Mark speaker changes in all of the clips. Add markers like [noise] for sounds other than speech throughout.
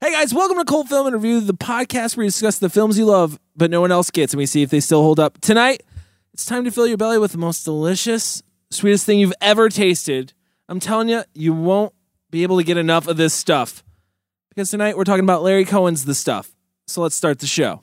Speaker 1: Hey guys, welcome to Cold Film and Review, the podcast where we discuss the films you love but no one else gets, and we see if they still hold up. Tonight, it's time to fill your belly with the most delicious, sweetest thing you've ever tasted. I'm telling you, you won't be able to get enough of this stuff because tonight we're talking about Larry Cohen's The Stuff. So let's start the show.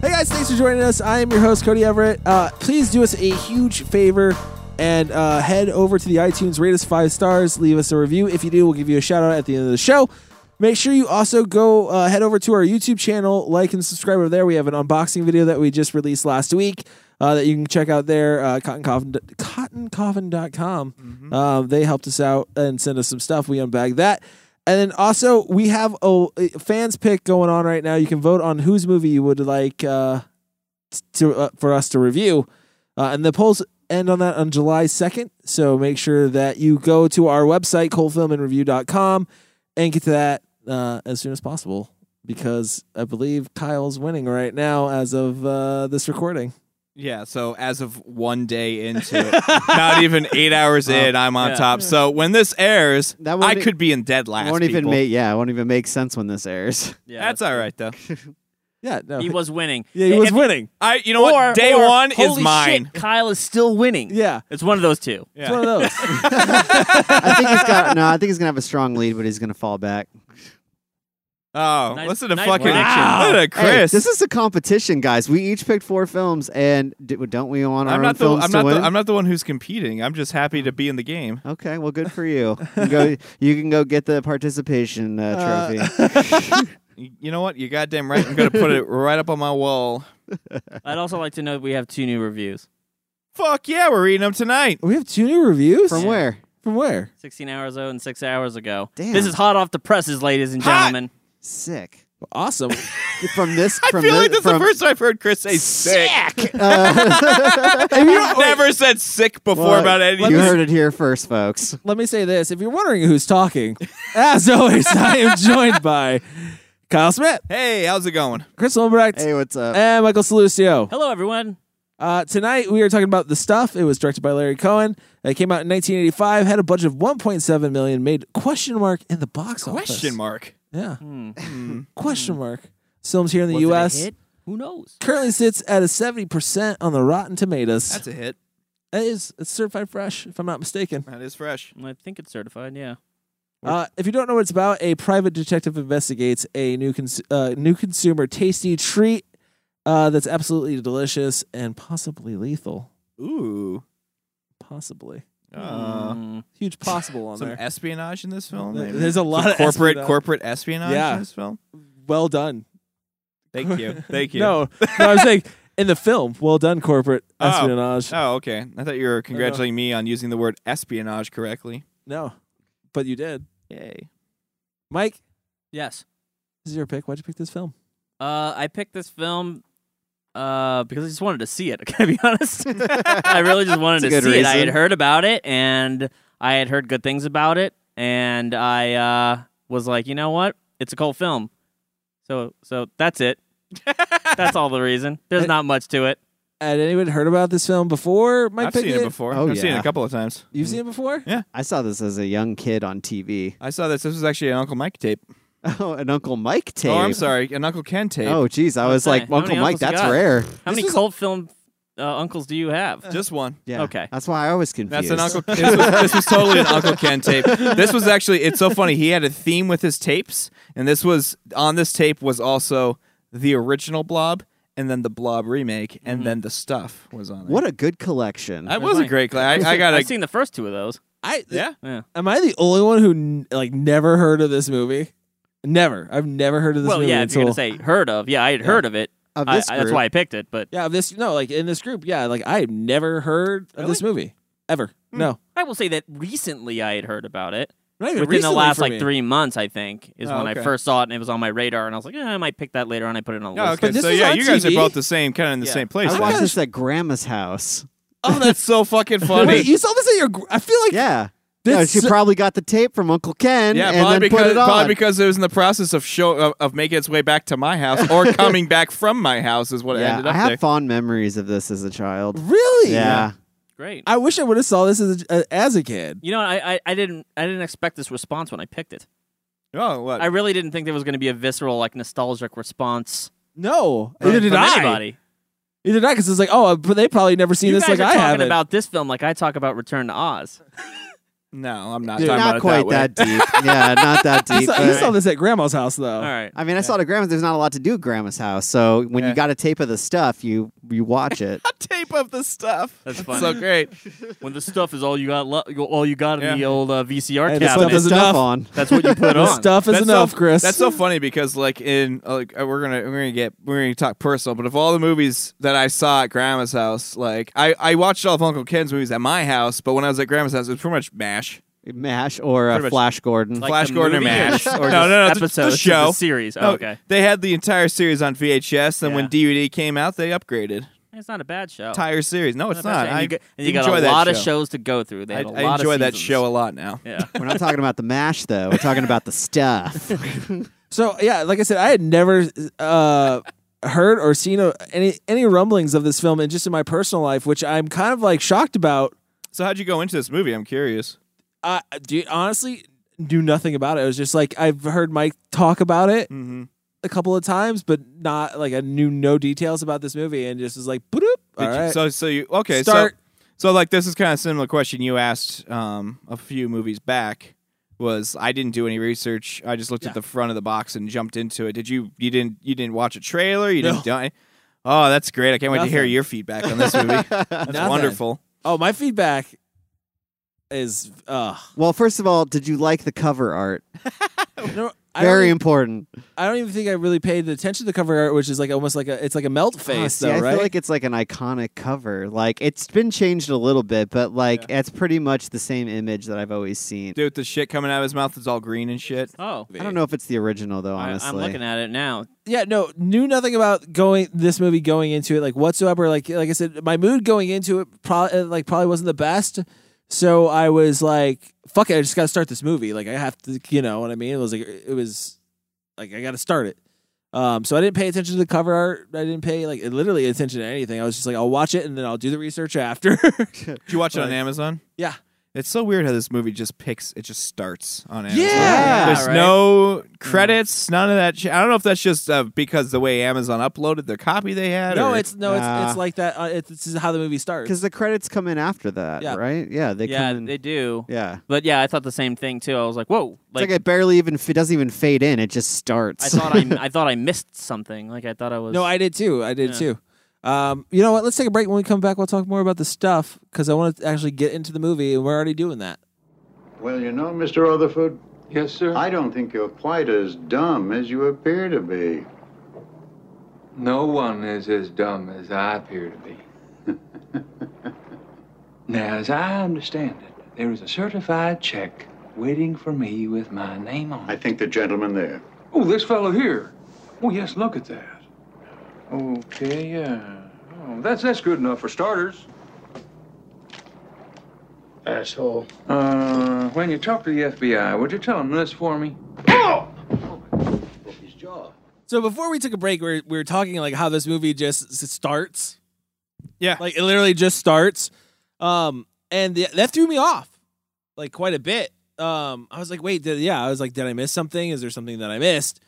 Speaker 1: Hey guys, thanks for joining us. I am your host, Cody Everett. Uh, please do us a huge favor and uh, head over to the iTunes, rate us five stars, leave us a review. If you do, we'll give you a shout out at the end of the show. Make sure you also go uh, head over to our YouTube channel, like and subscribe over there. We have an unboxing video that we just released last week uh, that you can check out there, uh, cottoncoffin, cottoncoffin.com. Um, they helped us out and sent us some stuff. We unbagged that. And then also, we have a a fans pick going on right now. You can vote on whose movie you would like uh, to uh, for us to review. Uh, and the polls end on that on July 2nd. So make sure that you go to our website, coldfilmandreview.com, and get to that uh, as soon as possible because I believe Kyle's winning right now as of uh, this recording.
Speaker 2: Yeah, so as of one day into it, [laughs] not even eight hours in, I'm on top. So when this airs,
Speaker 3: That won't
Speaker 2: I
Speaker 3: e-
Speaker 2: could be in dead last.
Speaker 3: won't even
Speaker 2: people.
Speaker 3: make yeah, it won't even make sense when this airs. [laughs]
Speaker 4: Yeah,
Speaker 2: That's all right though.
Speaker 1: Yeah, no. [laughs]
Speaker 4: He was winning.
Speaker 1: yeah, he was
Speaker 4: If-
Speaker 1: winning.
Speaker 2: I, you know
Speaker 4: Or,
Speaker 2: what? Day
Speaker 4: or,
Speaker 2: one is
Speaker 4: holy
Speaker 2: mine.
Speaker 4: Shit, Kyle is still winning.
Speaker 1: Yeah.
Speaker 4: it's one of those two.
Speaker 1: It's one of those.
Speaker 3: I think he's got no. I think he's gonna have a strong lead, but he's gonna fall back.
Speaker 2: Oh,
Speaker 4: Nice-
Speaker 2: listen to
Speaker 4: nice
Speaker 2: fucking
Speaker 4: connection.
Speaker 2: Listen to
Speaker 3: Hey,
Speaker 2: Chris.
Speaker 3: this is a competition, guys. We each picked four films, and d- don't we want our
Speaker 2: I'm
Speaker 3: own
Speaker 2: not the
Speaker 3: films
Speaker 2: I'm
Speaker 3: to
Speaker 2: not
Speaker 3: win?
Speaker 2: the, I'm not the one who's competing. I'm just happy to be in the game.
Speaker 3: okay, well, good for you. You can go, you can go get the participation uh, trophy.
Speaker 2: Y- You know what? You're goddamn right. I'm gonna put
Speaker 3: [laughs]
Speaker 2: it right up on my wall.
Speaker 4: I'd also like to know that we have two new reviews.
Speaker 2: Fuck yeah, we're eating them tonight.
Speaker 1: we have two new reviews?
Speaker 3: From where?
Speaker 1: From where?
Speaker 4: 16 hours ago and six hours ago.
Speaker 3: Damn.
Speaker 4: This is hot off the presses, ladies and
Speaker 2: Hot!
Speaker 4: gentlemen.
Speaker 3: Sick.
Speaker 1: Awesome.
Speaker 3: From this,
Speaker 2: [laughs] I
Speaker 3: from
Speaker 2: feel
Speaker 3: thi-
Speaker 2: like that's the
Speaker 3: from,
Speaker 2: first time I've heard Chris say sick. [laughs]
Speaker 1: If you're-
Speaker 2: Never said sick before
Speaker 3: Well,
Speaker 2: about anything.
Speaker 3: You heard it here
Speaker 2: [laughs]
Speaker 3: first, folks.
Speaker 1: let me say this. If you're wondering who's talking, as always, I
Speaker 4: [laughs]
Speaker 1: am joined by Kyle Smith,
Speaker 2: Hey, how's it going?
Speaker 1: Chris Lombright,
Speaker 3: Hey, what's up?
Speaker 1: and Michael Salustio.
Speaker 4: Hello, everyone.
Speaker 1: Uh, tonight we are talking about the stuff. It was directed by Larry Cohen. It came out in 1985. Had a budget of 1.7 million. Made question mark in the box office.
Speaker 2: Question mark.
Speaker 1: Yeah. question mark. Films here in the
Speaker 4: Hmm. Was it a
Speaker 1: U.S.
Speaker 4: hit? Who knows?
Speaker 1: currently sits at a 70 percent on the Rotten Tomatoes.
Speaker 2: That's a hit.
Speaker 1: it is. It's certified fresh, if I'm not mistaken.
Speaker 2: That is fresh.
Speaker 4: I think it's certified. Yeah.
Speaker 1: Uh, if you don't know what it's about, a private detective investigates a new cons- uh, new consumer tasty treat uh, that's absolutely delicious and possibly lethal.
Speaker 2: Ooh.
Speaker 1: Possibly
Speaker 2: Uh,
Speaker 4: Mm.
Speaker 1: huge possible on
Speaker 2: some
Speaker 1: there.
Speaker 2: espionage in this film.
Speaker 1: There-
Speaker 2: Maybe.
Speaker 1: there's a lot
Speaker 2: Some
Speaker 1: of
Speaker 2: corporate
Speaker 1: espionage.
Speaker 2: corporate espionage
Speaker 1: Yeah.
Speaker 2: in this film.
Speaker 1: well done.
Speaker 2: Thank you. Thank you. [laughs]
Speaker 1: No, no, I was saying in the film, well done, corporate
Speaker 2: Oh.
Speaker 1: espionage.
Speaker 2: Oh, okay. I thought you were congratulating me on using the word espionage correctly.
Speaker 1: No, but you did,
Speaker 2: Yay.
Speaker 1: Mike.
Speaker 4: Yes.
Speaker 1: This is your pick. Why'd you pick this film?
Speaker 4: Uh, I picked this film uh, because I just wanted to see it. [laughs] Can I be honest? I really just wanted to
Speaker 3: That's a
Speaker 4: see
Speaker 3: good
Speaker 4: it. I had
Speaker 3: reason.
Speaker 4: heard about it, and I had heard good things about it, and I uh, was like, you know what? It's a cool film. So, so that's it. that's all the reason. There's not much to it.
Speaker 1: Had anyone heard about this film before? Mike
Speaker 2: I've
Speaker 1: picked
Speaker 2: seen it before.
Speaker 3: Oh,
Speaker 2: I've seen it
Speaker 3: yeah.
Speaker 2: a couple of times.
Speaker 1: You've seen it before.
Speaker 3: I saw this as a young kid on TV.
Speaker 2: I saw this. This was actually an Uncle Mike tape.
Speaker 3: [laughs] Oh, an Uncle Mike tape.
Speaker 2: Oh, I'm sorry. An Uncle Ken tape.
Speaker 3: Oh, geez, I was
Speaker 4: say,
Speaker 3: like
Speaker 4: how
Speaker 3: Uncle
Speaker 4: many
Speaker 3: Mike.
Speaker 4: uncles you
Speaker 3: That's
Speaker 4: got?
Speaker 3: rare.
Speaker 4: How many cult film uh, uncles do you have?
Speaker 2: Just one.
Speaker 3: Yeah.
Speaker 4: Okay.
Speaker 3: That's why I was confused.
Speaker 2: That's an Uncle. This was, this was totally an Uncle Ken tape. This was actually. It's so funny. He had a theme with his tapes, and this was on this tape was also the original Blob, and then the Blob remake, and then the stuff was on it.
Speaker 3: What a good collection.
Speaker 2: Mm-hmm. That was a
Speaker 4: mine.
Speaker 2: great. I, I got
Speaker 4: I've
Speaker 2: a.
Speaker 4: seen the first two of those.
Speaker 1: I
Speaker 2: Yeah.
Speaker 4: Yeah.
Speaker 1: Am I the only one who n- like never heard of this movie? Never. I've never heard of this
Speaker 4: Well,
Speaker 1: movie.
Speaker 4: yeah. If you're gonna
Speaker 1: until-
Speaker 4: say heard of, yeah, I had heard of it.
Speaker 3: Of
Speaker 4: I-
Speaker 3: this
Speaker 4: I- that's
Speaker 3: group.
Speaker 4: why I picked it. But
Speaker 1: yeah, of this no, like in this group, yeah, like I've never heard of this movie ever. No,
Speaker 4: I will say that recently I had heard about it.
Speaker 1: Not even
Speaker 4: within the
Speaker 1: recently
Speaker 4: last
Speaker 1: for
Speaker 4: like
Speaker 1: me.
Speaker 4: three months, I think, is
Speaker 1: Oh,
Speaker 4: when
Speaker 1: okay.
Speaker 4: I first saw it and it was on my radar, and I was like, eh, I might pick that later, and I put it on. the
Speaker 2: Oh,
Speaker 4: list.
Speaker 2: okay.
Speaker 1: But this
Speaker 2: So
Speaker 1: is
Speaker 2: yeah,
Speaker 1: on
Speaker 2: you guys
Speaker 1: TV.
Speaker 2: are both the same, kind of in the
Speaker 4: Yeah.
Speaker 2: same place.
Speaker 3: I
Speaker 2: then.
Speaker 3: watched this at grandma's house.
Speaker 2: oh, that's so fucking funny.
Speaker 1: Wait, you saw this at your? gr- I feel like
Speaker 3: Yeah. No,
Speaker 1: That's
Speaker 3: she
Speaker 1: so-
Speaker 3: probably got the tape from Uncle Ken
Speaker 2: yeah,
Speaker 3: and then
Speaker 2: probably
Speaker 3: put
Speaker 2: because
Speaker 3: it on.
Speaker 2: probably because it was in the process of show of, of making its way back to my house or coming back from my house is what it
Speaker 3: yeah,
Speaker 2: ended
Speaker 3: I
Speaker 2: up
Speaker 3: have
Speaker 2: there.
Speaker 3: fond memories of this as a child.
Speaker 1: really.
Speaker 3: Yeah.
Speaker 4: great.
Speaker 1: I wish I would have saw this as a, as a kid.
Speaker 4: you know, I, I I didn't I didn't expect this response when I picked it.
Speaker 2: Oh, what?
Speaker 4: I really didn't think there was going to be a visceral, like nostalgic response
Speaker 1: No,
Speaker 4: from,
Speaker 1: neither did
Speaker 4: from
Speaker 1: I.
Speaker 4: anybody.
Speaker 1: Neither did I because it's like, oh, but they probably never seen
Speaker 4: you
Speaker 1: this like
Speaker 4: guys are
Speaker 1: I
Speaker 4: talking
Speaker 1: haven't.
Speaker 4: about this film like I talk about Return to Oz.
Speaker 2: no, I'm not
Speaker 1: Dude,
Speaker 2: talking
Speaker 3: Not
Speaker 2: about
Speaker 3: quite
Speaker 2: it that,
Speaker 3: that, deep. yeah,
Speaker 2: [laughs]
Speaker 3: not that
Speaker 1: you
Speaker 3: deep.
Speaker 1: saw,
Speaker 3: but-
Speaker 1: you saw this at grandma's house though.
Speaker 4: All
Speaker 3: [laughs]
Speaker 4: right.
Speaker 3: I mean, I saw it at grandma's. There's not a lot to do at grandma's house. So when
Speaker 2: Yeah.
Speaker 3: you got a tape of the stuff, you you
Speaker 2: [laughs]
Speaker 3: watch it.
Speaker 2: way. Tape of the stuff.
Speaker 4: That's
Speaker 2: It's
Speaker 4: funny.
Speaker 2: so great.
Speaker 4: when the stuff is all you got, lo- all you got in
Speaker 2: Yeah.
Speaker 4: the old uh, VCR
Speaker 1: Hey, the stuff
Speaker 4: cabinet.
Speaker 3: the
Speaker 1: is
Speaker 3: stuff
Speaker 1: enough.
Speaker 3: on.
Speaker 4: that's what you put
Speaker 1: The
Speaker 4: on.
Speaker 1: stuff is enough,
Speaker 2: so,
Speaker 1: Chris.
Speaker 2: That's so funny because like in uh, like uh, we're gonna we're gonna get we're gonna talk personal, but of all the movies that I saw at Grandma's house, like I I watched all of Uncle Ken's movies at my house, but when I was at Grandma's house, it was pretty much Mash,
Speaker 3: Mash or
Speaker 2: Pretty
Speaker 3: uh,
Speaker 2: much.
Speaker 3: Flash Gordon.
Speaker 4: Like
Speaker 2: Flash
Speaker 4: the
Speaker 2: Gordon, or
Speaker 4: movie [laughs] or
Speaker 2: Mash,
Speaker 4: just-
Speaker 2: no no no, the-
Speaker 4: episodes,
Speaker 2: the
Speaker 4: the
Speaker 2: show
Speaker 4: series. Oh,
Speaker 2: No,
Speaker 4: okay.
Speaker 2: they had the entire series on VHS. Then when
Speaker 4: Yeah.
Speaker 2: DVD came out, they upgraded
Speaker 4: It's not a bad show.
Speaker 2: entire series. No, it's
Speaker 4: Not a bad
Speaker 2: not.
Speaker 4: show.
Speaker 2: I
Speaker 4: And you, got- and you got
Speaker 2: enjoy
Speaker 4: a
Speaker 2: that
Speaker 4: lot of
Speaker 2: show.
Speaker 4: shows to go through. They
Speaker 2: I,
Speaker 4: had a
Speaker 2: I
Speaker 4: lot
Speaker 2: enjoy
Speaker 4: of
Speaker 2: that
Speaker 4: seasons.
Speaker 2: show a lot now.
Speaker 4: Yeah.
Speaker 3: We're not talking about the mash though. We're talking about
Speaker 2: [laughs]
Speaker 3: the stuff.
Speaker 1: So yeah, like I said, I had never uh, heard or seen a, any any rumblings of this film, and just in my personal life, which I'm kind of like shocked about.
Speaker 2: So how'd you go into this movie? I'm curious.
Speaker 1: I dude, honestly knew nothing about it. It was just like I've heard Mike talk about it
Speaker 2: Mm-hmm.
Speaker 1: a couple of times, but not like I knew no details about this movie, and just was like, boop. All right.
Speaker 2: So so you okay?
Speaker 1: Start-
Speaker 2: So so like this is kind of similar question you asked um a few movies back. Was I didn't do any research. I just looked at the front of the box and jumped into it. Did you? You didn't. You didn't watch a trailer. You
Speaker 1: No.
Speaker 2: didn't. do any- Oh, that's great! I can't wait to hear
Speaker 1: Nothing.
Speaker 2: your feedback on this movie.
Speaker 1: [laughs]
Speaker 2: That's
Speaker 1: Nothing.
Speaker 2: wonderful.
Speaker 1: oh, my feedback is uh,
Speaker 3: well, first of all, did you like the cover art?
Speaker 1: no, I don't
Speaker 3: Very
Speaker 1: even-
Speaker 3: important.
Speaker 1: I don't even think I really paid the attention to the cover art, which is like almost like a it's like a melt
Speaker 3: Oh,
Speaker 1: face
Speaker 3: see,
Speaker 1: though,
Speaker 3: I
Speaker 1: right?
Speaker 3: feel like it's like an iconic cover. Like it's been changed a little bit, but like it's pretty much the same image that I've always seen.
Speaker 2: Dude, with the shit coming out of his mouth is all green and shit.
Speaker 4: Oh,
Speaker 3: I don't know if it's the original though.
Speaker 4: I,
Speaker 3: Honestly,
Speaker 4: I'm looking at it now.
Speaker 1: yeah, no, knew nothing about going this movie going into it like whatsoever. Like like I said, my mood going into it pro- uh, like probably wasn't the best. So I was like, fuck it, I just got to start this movie. Like I have to, you know what I mean? It was like it was like I got to start it. Um, so I didn't pay attention to the cover art. I didn't pay like literally attention to anything. I was just like, I'll watch it and then I'll do the research after. [laughs]
Speaker 2: Did you watch it on
Speaker 1: Like-
Speaker 2: Amazon?
Speaker 1: yeah,
Speaker 2: It's so weird how this movie just picks. It just starts on Amazon.
Speaker 1: Yeah, Mm.
Speaker 2: there's
Speaker 4: right.
Speaker 2: no credits, none of that. Sh- I don't know if that's just uh, because the way Amazon uploaded the copy they had.
Speaker 1: no,
Speaker 2: or-
Speaker 1: it's no, it's it's
Speaker 3: Nah.
Speaker 1: like that. Uh, it's, this is how the movie starts.
Speaker 3: because the credits come in after that,
Speaker 1: Yeah.
Speaker 3: right? Yeah, they
Speaker 4: yeah,
Speaker 3: come in.
Speaker 4: they do.
Speaker 3: yeah,
Speaker 4: But yeah, I thought the same thing too. I was like, whoa.
Speaker 3: it's like it barely even it doesn't even fade in. It just starts.
Speaker 4: I
Speaker 3: [laughs]
Speaker 4: thought I, I thought I missed something. Like I thought I was.
Speaker 1: No, I did too. I did
Speaker 4: Yeah.
Speaker 1: too. Um, you know what? Let's take a break. When we come back, we'll talk more about the stuff because I want to actually get into the movie, and we're already doing that.
Speaker 5: Well, you know, Mr. Rutherford,
Speaker 6: Yes, sir.
Speaker 5: I don't think you're quite as dumb as you appear to be.
Speaker 6: No one is as dumb as I appear to be. [laughs] now, as I understand it, there is a certified check waiting for me with my name on
Speaker 5: I
Speaker 6: it.
Speaker 5: think the gentleman there.
Speaker 6: Oh, this fellow here. Oh, yes, look at that. Okay, yeah. Oh, that's that's good enough for starters.
Speaker 7: Asshole.
Speaker 6: Uh, when you talk to the FBI, would you tell them this for me?
Speaker 5: Broke his jaw.
Speaker 1: So before we took a break, we were, we were talking like how this movie just s- starts.
Speaker 2: Yeah.
Speaker 1: like it literally just starts, um, and the, that threw me off like quite a bit. Um, I was like, wait, did, yeah, I was like, did I miss something? Is there something that I missed?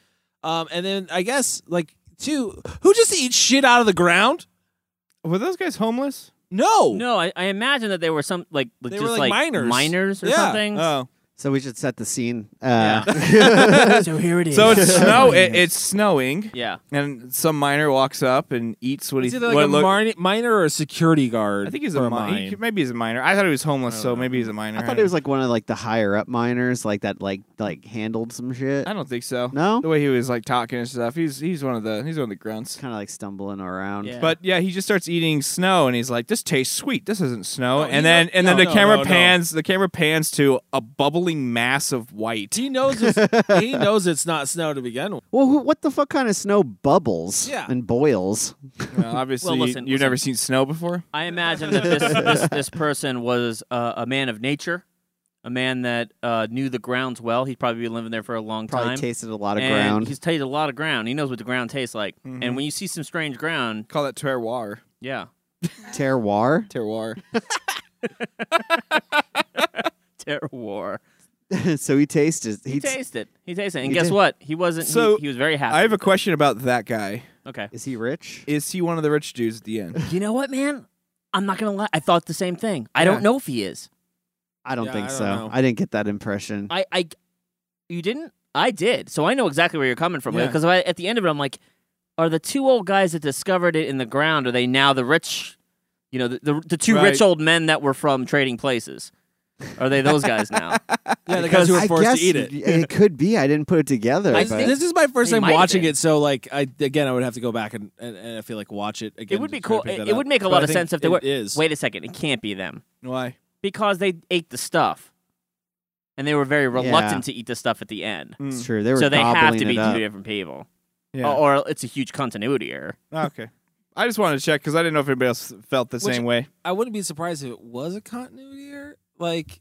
Speaker 1: Um, and then I guess like two, who just eats shit out of the ground?
Speaker 2: were those guys homeless?
Speaker 1: No,
Speaker 4: No, I, I imagine that they were some like like,
Speaker 1: They
Speaker 4: just
Speaker 1: were like minors.
Speaker 4: minors or
Speaker 1: Yeah.
Speaker 4: something.
Speaker 2: Oh,
Speaker 3: so we should set the scene. Uh,
Speaker 4: so here it is.
Speaker 2: so [laughs] it's snow. It, it's snowing,
Speaker 4: yeah.
Speaker 2: and some miner walks up and eats what he.
Speaker 1: It's either like
Speaker 2: what
Speaker 1: a
Speaker 2: look-
Speaker 1: min- minor or a security guard.
Speaker 2: I think he's
Speaker 1: or
Speaker 2: a miner. Maybe he's a miner. I thought he was homeless, so maybe he's a miner.
Speaker 3: [laughs] I thought it was like one of like the higher up miners, like that, like like handled some shit,
Speaker 2: I don't think so.
Speaker 3: No?
Speaker 2: the way he was like talking and stuff. He's he's one of the he's one of the grunts.
Speaker 3: kind of like stumbling around.
Speaker 4: Yeah.
Speaker 2: But yeah, he just starts eating snow, and he's like, "This tastes sweet. This isn't snow."
Speaker 1: he
Speaker 2: and then,
Speaker 1: don't-
Speaker 2: and then
Speaker 1: no,
Speaker 2: the
Speaker 1: no,
Speaker 2: camera
Speaker 1: no, no.
Speaker 2: pans. The camera pans to a bubble swirling mass of white.
Speaker 1: He knows
Speaker 3: [laughs]
Speaker 1: it's, he knows it's not snow to begin with.
Speaker 3: Well, who, what the fuck kind of snow bubbles
Speaker 1: Yeah.
Speaker 3: and boils?
Speaker 2: obviously,
Speaker 4: Well, listen,
Speaker 2: you've
Speaker 4: listen.
Speaker 2: never seen snow before.
Speaker 4: I imagine that this this, this person was uh, a man of nature, a man that uh, knew the grounds well. He'd probably been living there for a long
Speaker 3: Probably
Speaker 4: time.
Speaker 3: tasted a lot of
Speaker 4: And
Speaker 3: ground.
Speaker 4: He's tasted a lot of ground. He knows what the ground tastes like. And when you see some strange ground,
Speaker 2: Call that terroir.
Speaker 4: yeah,
Speaker 3: [laughs]
Speaker 4: [laughs]
Speaker 3: Terroir. [laughs]
Speaker 2: Terroir.
Speaker 4: terroir.
Speaker 3: so he tasted.
Speaker 4: He,
Speaker 3: He t-
Speaker 4: tasted it. He tasted it. And
Speaker 3: He
Speaker 4: guess
Speaker 3: did.
Speaker 4: what? He wasn't. he-
Speaker 2: So,
Speaker 4: he, was very happy.
Speaker 2: I have a question about that guy.
Speaker 4: okay.
Speaker 3: is he rich?
Speaker 2: Is he one of the rich dudes at the end?
Speaker 4: [laughs] You know what, man? I'm not gonna lie. I thought the same thing. I
Speaker 2: Yeah.
Speaker 4: don't know if he is.
Speaker 3: I don't
Speaker 2: Yeah,
Speaker 3: think
Speaker 2: I don't
Speaker 3: so.
Speaker 2: know.
Speaker 3: I didn't get that impression.
Speaker 4: I, I, you didn't. I did. So I know exactly where you're coming from.
Speaker 2: Yeah.
Speaker 4: Because at the end of it, I'm like, are the two old guys that discovered it in the ground? Are they now the rich? You know, the the, the two
Speaker 2: Right.
Speaker 4: rich old men that were from trading places. Are they those guys
Speaker 3: [laughs]
Speaker 4: now?
Speaker 1: Yeah, the guys
Speaker 4: Because
Speaker 1: who were
Speaker 3: I
Speaker 1: forced
Speaker 3: guess
Speaker 1: to eat
Speaker 3: it.
Speaker 1: it.
Speaker 3: could be. I didn't put it together.
Speaker 1: I-
Speaker 3: but
Speaker 1: this is my first
Speaker 4: They
Speaker 1: time
Speaker 4: might have
Speaker 1: watching
Speaker 4: been.
Speaker 1: it, so like I again, I would have to go back and and, and I feel like watch it again.
Speaker 4: it would
Speaker 1: to
Speaker 4: be
Speaker 1: try to
Speaker 4: cool.
Speaker 1: pick
Speaker 4: It,
Speaker 1: that
Speaker 4: it
Speaker 1: up.
Speaker 4: would make a
Speaker 1: But
Speaker 4: lot
Speaker 1: I
Speaker 4: of
Speaker 1: think
Speaker 4: sense if they
Speaker 1: it
Speaker 4: were.
Speaker 1: is.
Speaker 4: Wait a second. It can't be them
Speaker 2: Why?
Speaker 4: because they ate the stuff, and they were very reluctant to eat the stuff at the end.
Speaker 3: it's true. They were
Speaker 4: Mm. so they have
Speaker 3: gobbling
Speaker 4: to
Speaker 3: it
Speaker 4: be
Speaker 3: up.
Speaker 4: two different people,
Speaker 2: Hmm. Yeah.
Speaker 4: or, or it's a huge continuity error.
Speaker 2: Okay. I just wanted to check because I didn't know if anybody else felt the
Speaker 1: Which-
Speaker 2: same way.
Speaker 1: I wouldn't be surprised if it was a continuity error, like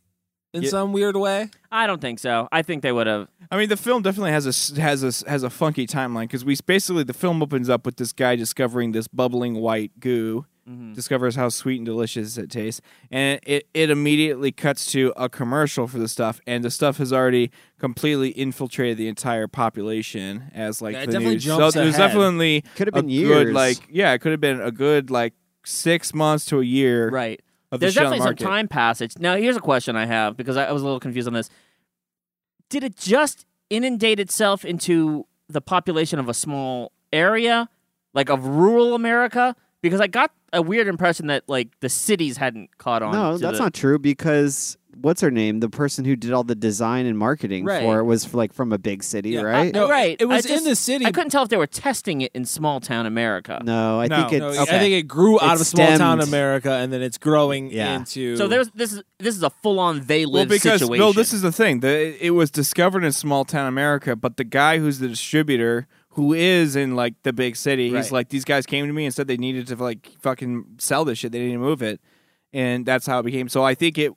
Speaker 1: in
Speaker 2: Yeah.
Speaker 1: some weird way.
Speaker 4: I don't think so. I think they would have.
Speaker 2: I mean, the film definitely has a s- has a s- has a funky timeline because we s- basically the film opens up with this guy discovering this bubbling white goo,
Speaker 4: Mm-hmm.
Speaker 2: discovers how sweet and delicious it tastes, and it it immediately cuts to a commercial for the stuff, and the stuff has already completely infiltrated the entire population as like
Speaker 1: Yeah, it
Speaker 2: the
Speaker 1: definitely
Speaker 2: news.
Speaker 1: jumps
Speaker 2: so there's
Speaker 1: ahead.
Speaker 2: definitely
Speaker 3: Could have
Speaker 2: a
Speaker 3: been
Speaker 2: good
Speaker 3: years.
Speaker 2: like yeah, it could have been a good like six months to a year
Speaker 4: Right.
Speaker 2: of
Speaker 4: There's
Speaker 2: the shit on the
Speaker 4: definitely some
Speaker 2: market.
Speaker 4: time passage. Now, here's a question I have because I, I was a little confused on this. Did it just inundate itself into the population of a small area, like of rural America? Because I got a weird impression that like the cities hadn't caught on.
Speaker 3: No,
Speaker 4: to
Speaker 3: that's
Speaker 4: the-
Speaker 3: not true because what's her name? The person who did all the design and marketing
Speaker 4: Right.
Speaker 3: for it was like from a big city,
Speaker 1: Yeah, I-
Speaker 3: right?
Speaker 1: No,
Speaker 4: right.
Speaker 1: it was
Speaker 4: I
Speaker 1: in
Speaker 4: just-
Speaker 1: the city.
Speaker 4: I couldn't tell if they were testing it in small town America.
Speaker 3: No, I
Speaker 2: No.
Speaker 3: think
Speaker 1: No,
Speaker 3: it's
Speaker 1: I think it grew out
Speaker 3: It
Speaker 1: of small town
Speaker 3: stemmed-
Speaker 1: America, and then it's growing
Speaker 3: Yeah.
Speaker 1: into.
Speaker 4: So there's this is this is a full on they live
Speaker 2: well, because,
Speaker 4: situation.
Speaker 2: No, this is the thing. The, it was discovered in small town America, but the guy who's the distributor, who is in like the big city,
Speaker 4: Right.
Speaker 2: he's like, these guys came to me and said they needed to like fucking sell this shit. They didn't move it, and that's how it became. So I think it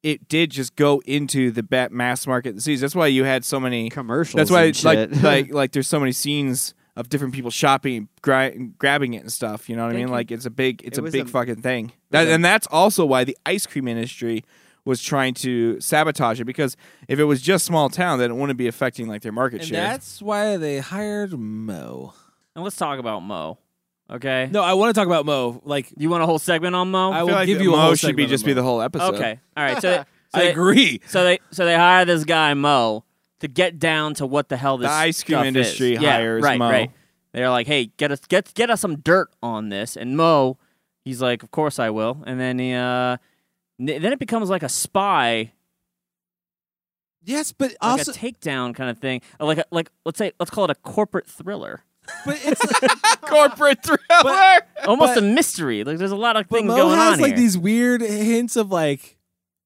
Speaker 2: it did just go into the bat mass market the cities. That's why you had so many
Speaker 3: commercials.
Speaker 2: That's why
Speaker 3: and
Speaker 2: like
Speaker 3: shit.
Speaker 2: like like there's so many scenes. Of different people shopping, gri- grabbing it and stuff. You know what I mean? Like it's a big, it's
Speaker 3: It
Speaker 2: a
Speaker 3: was
Speaker 2: big
Speaker 3: a-
Speaker 2: fucking thing. That, And that's also why the ice cream industry was trying to sabotage it because if it was just small town, then it wouldn't be affecting like their market
Speaker 1: and
Speaker 2: share.
Speaker 1: that's why they hired Mo.
Speaker 4: and let's talk about Mo. Okay.
Speaker 1: No, I want to talk about Mo. Like
Speaker 4: You want a whole segment on Mo?
Speaker 1: I
Speaker 2: I
Speaker 1: will
Speaker 2: feel like
Speaker 1: give you a
Speaker 2: Mo
Speaker 1: whole
Speaker 2: should be
Speaker 1: segment
Speaker 2: just
Speaker 1: on
Speaker 2: be
Speaker 1: Mo.
Speaker 2: the whole episode.
Speaker 4: Okay. All right.
Speaker 1: [laughs]
Speaker 4: So, they, so
Speaker 1: I
Speaker 4: they-
Speaker 1: agree.
Speaker 4: So they so they hire this guy Mo to get down to what the hell this
Speaker 2: The ice cream
Speaker 4: stuff
Speaker 2: industry
Speaker 4: is. Yeah,
Speaker 2: hires
Speaker 4: right,
Speaker 2: Mo.
Speaker 4: Right. They're like, hey, get us get get us some dirt on this, and Mo, he's like, of course I will, and then he, uh, n- then it becomes like a spy,
Speaker 1: Yes, but
Speaker 4: like
Speaker 1: also,
Speaker 4: a takedown kind of thing, Or like a, like let's say let's call it a
Speaker 1: [laughs]
Speaker 4: corporate thriller,
Speaker 1: but
Speaker 4: [laughs]
Speaker 1: it's
Speaker 2: [laughs] Corporate thriller.
Speaker 4: almost
Speaker 1: But-
Speaker 4: a mystery. Like there's a lot of
Speaker 1: but
Speaker 4: things
Speaker 1: Mo
Speaker 4: going
Speaker 1: has
Speaker 4: on
Speaker 1: like
Speaker 4: here.
Speaker 1: these weird hints of like,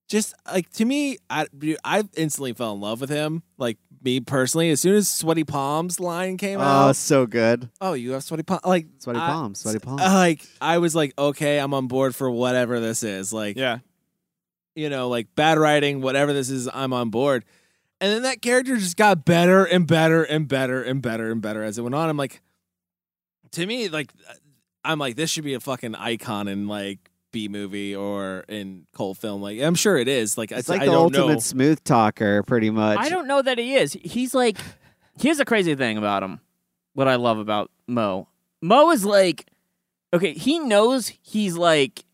Speaker 1: just like to me, I dude, I instantly fell in love with him. Like me personally, as soon as Sweaty Palms line came
Speaker 3: [laughs] oh,
Speaker 1: out,
Speaker 3: so good.
Speaker 1: oh, you have Sweaty Palms, like
Speaker 3: Sweaty
Speaker 1: I-
Speaker 3: palms, sweaty palms.
Speaker 1: uh, like I was like, okay, I'm on board for whatever this is. Like,
Speaker 2: yeah.
Speaker 1: you know, like bad writing, whatever this is, I'm on board. And then that character just got better and better and better and better and better as it went on. I'm like, to me, like, I'm like, this should be a fucking icon in like B movie or in cult film. Like, I'm sure it is. Like,
Speaker 3: it's
Speaker 1: I,
Speaker 3: like
Speaker 1: I
Speaker 3: the
Speaker 1: don't
Speaker 3: ultimate
Speaker 1: know.
Speaker 3: smooth talker, pretty much.
Speaker 4: I don't know that he is. He's like, here's the crazy thing about him. What I love about Mo. Mo is like, okay, he knows he's like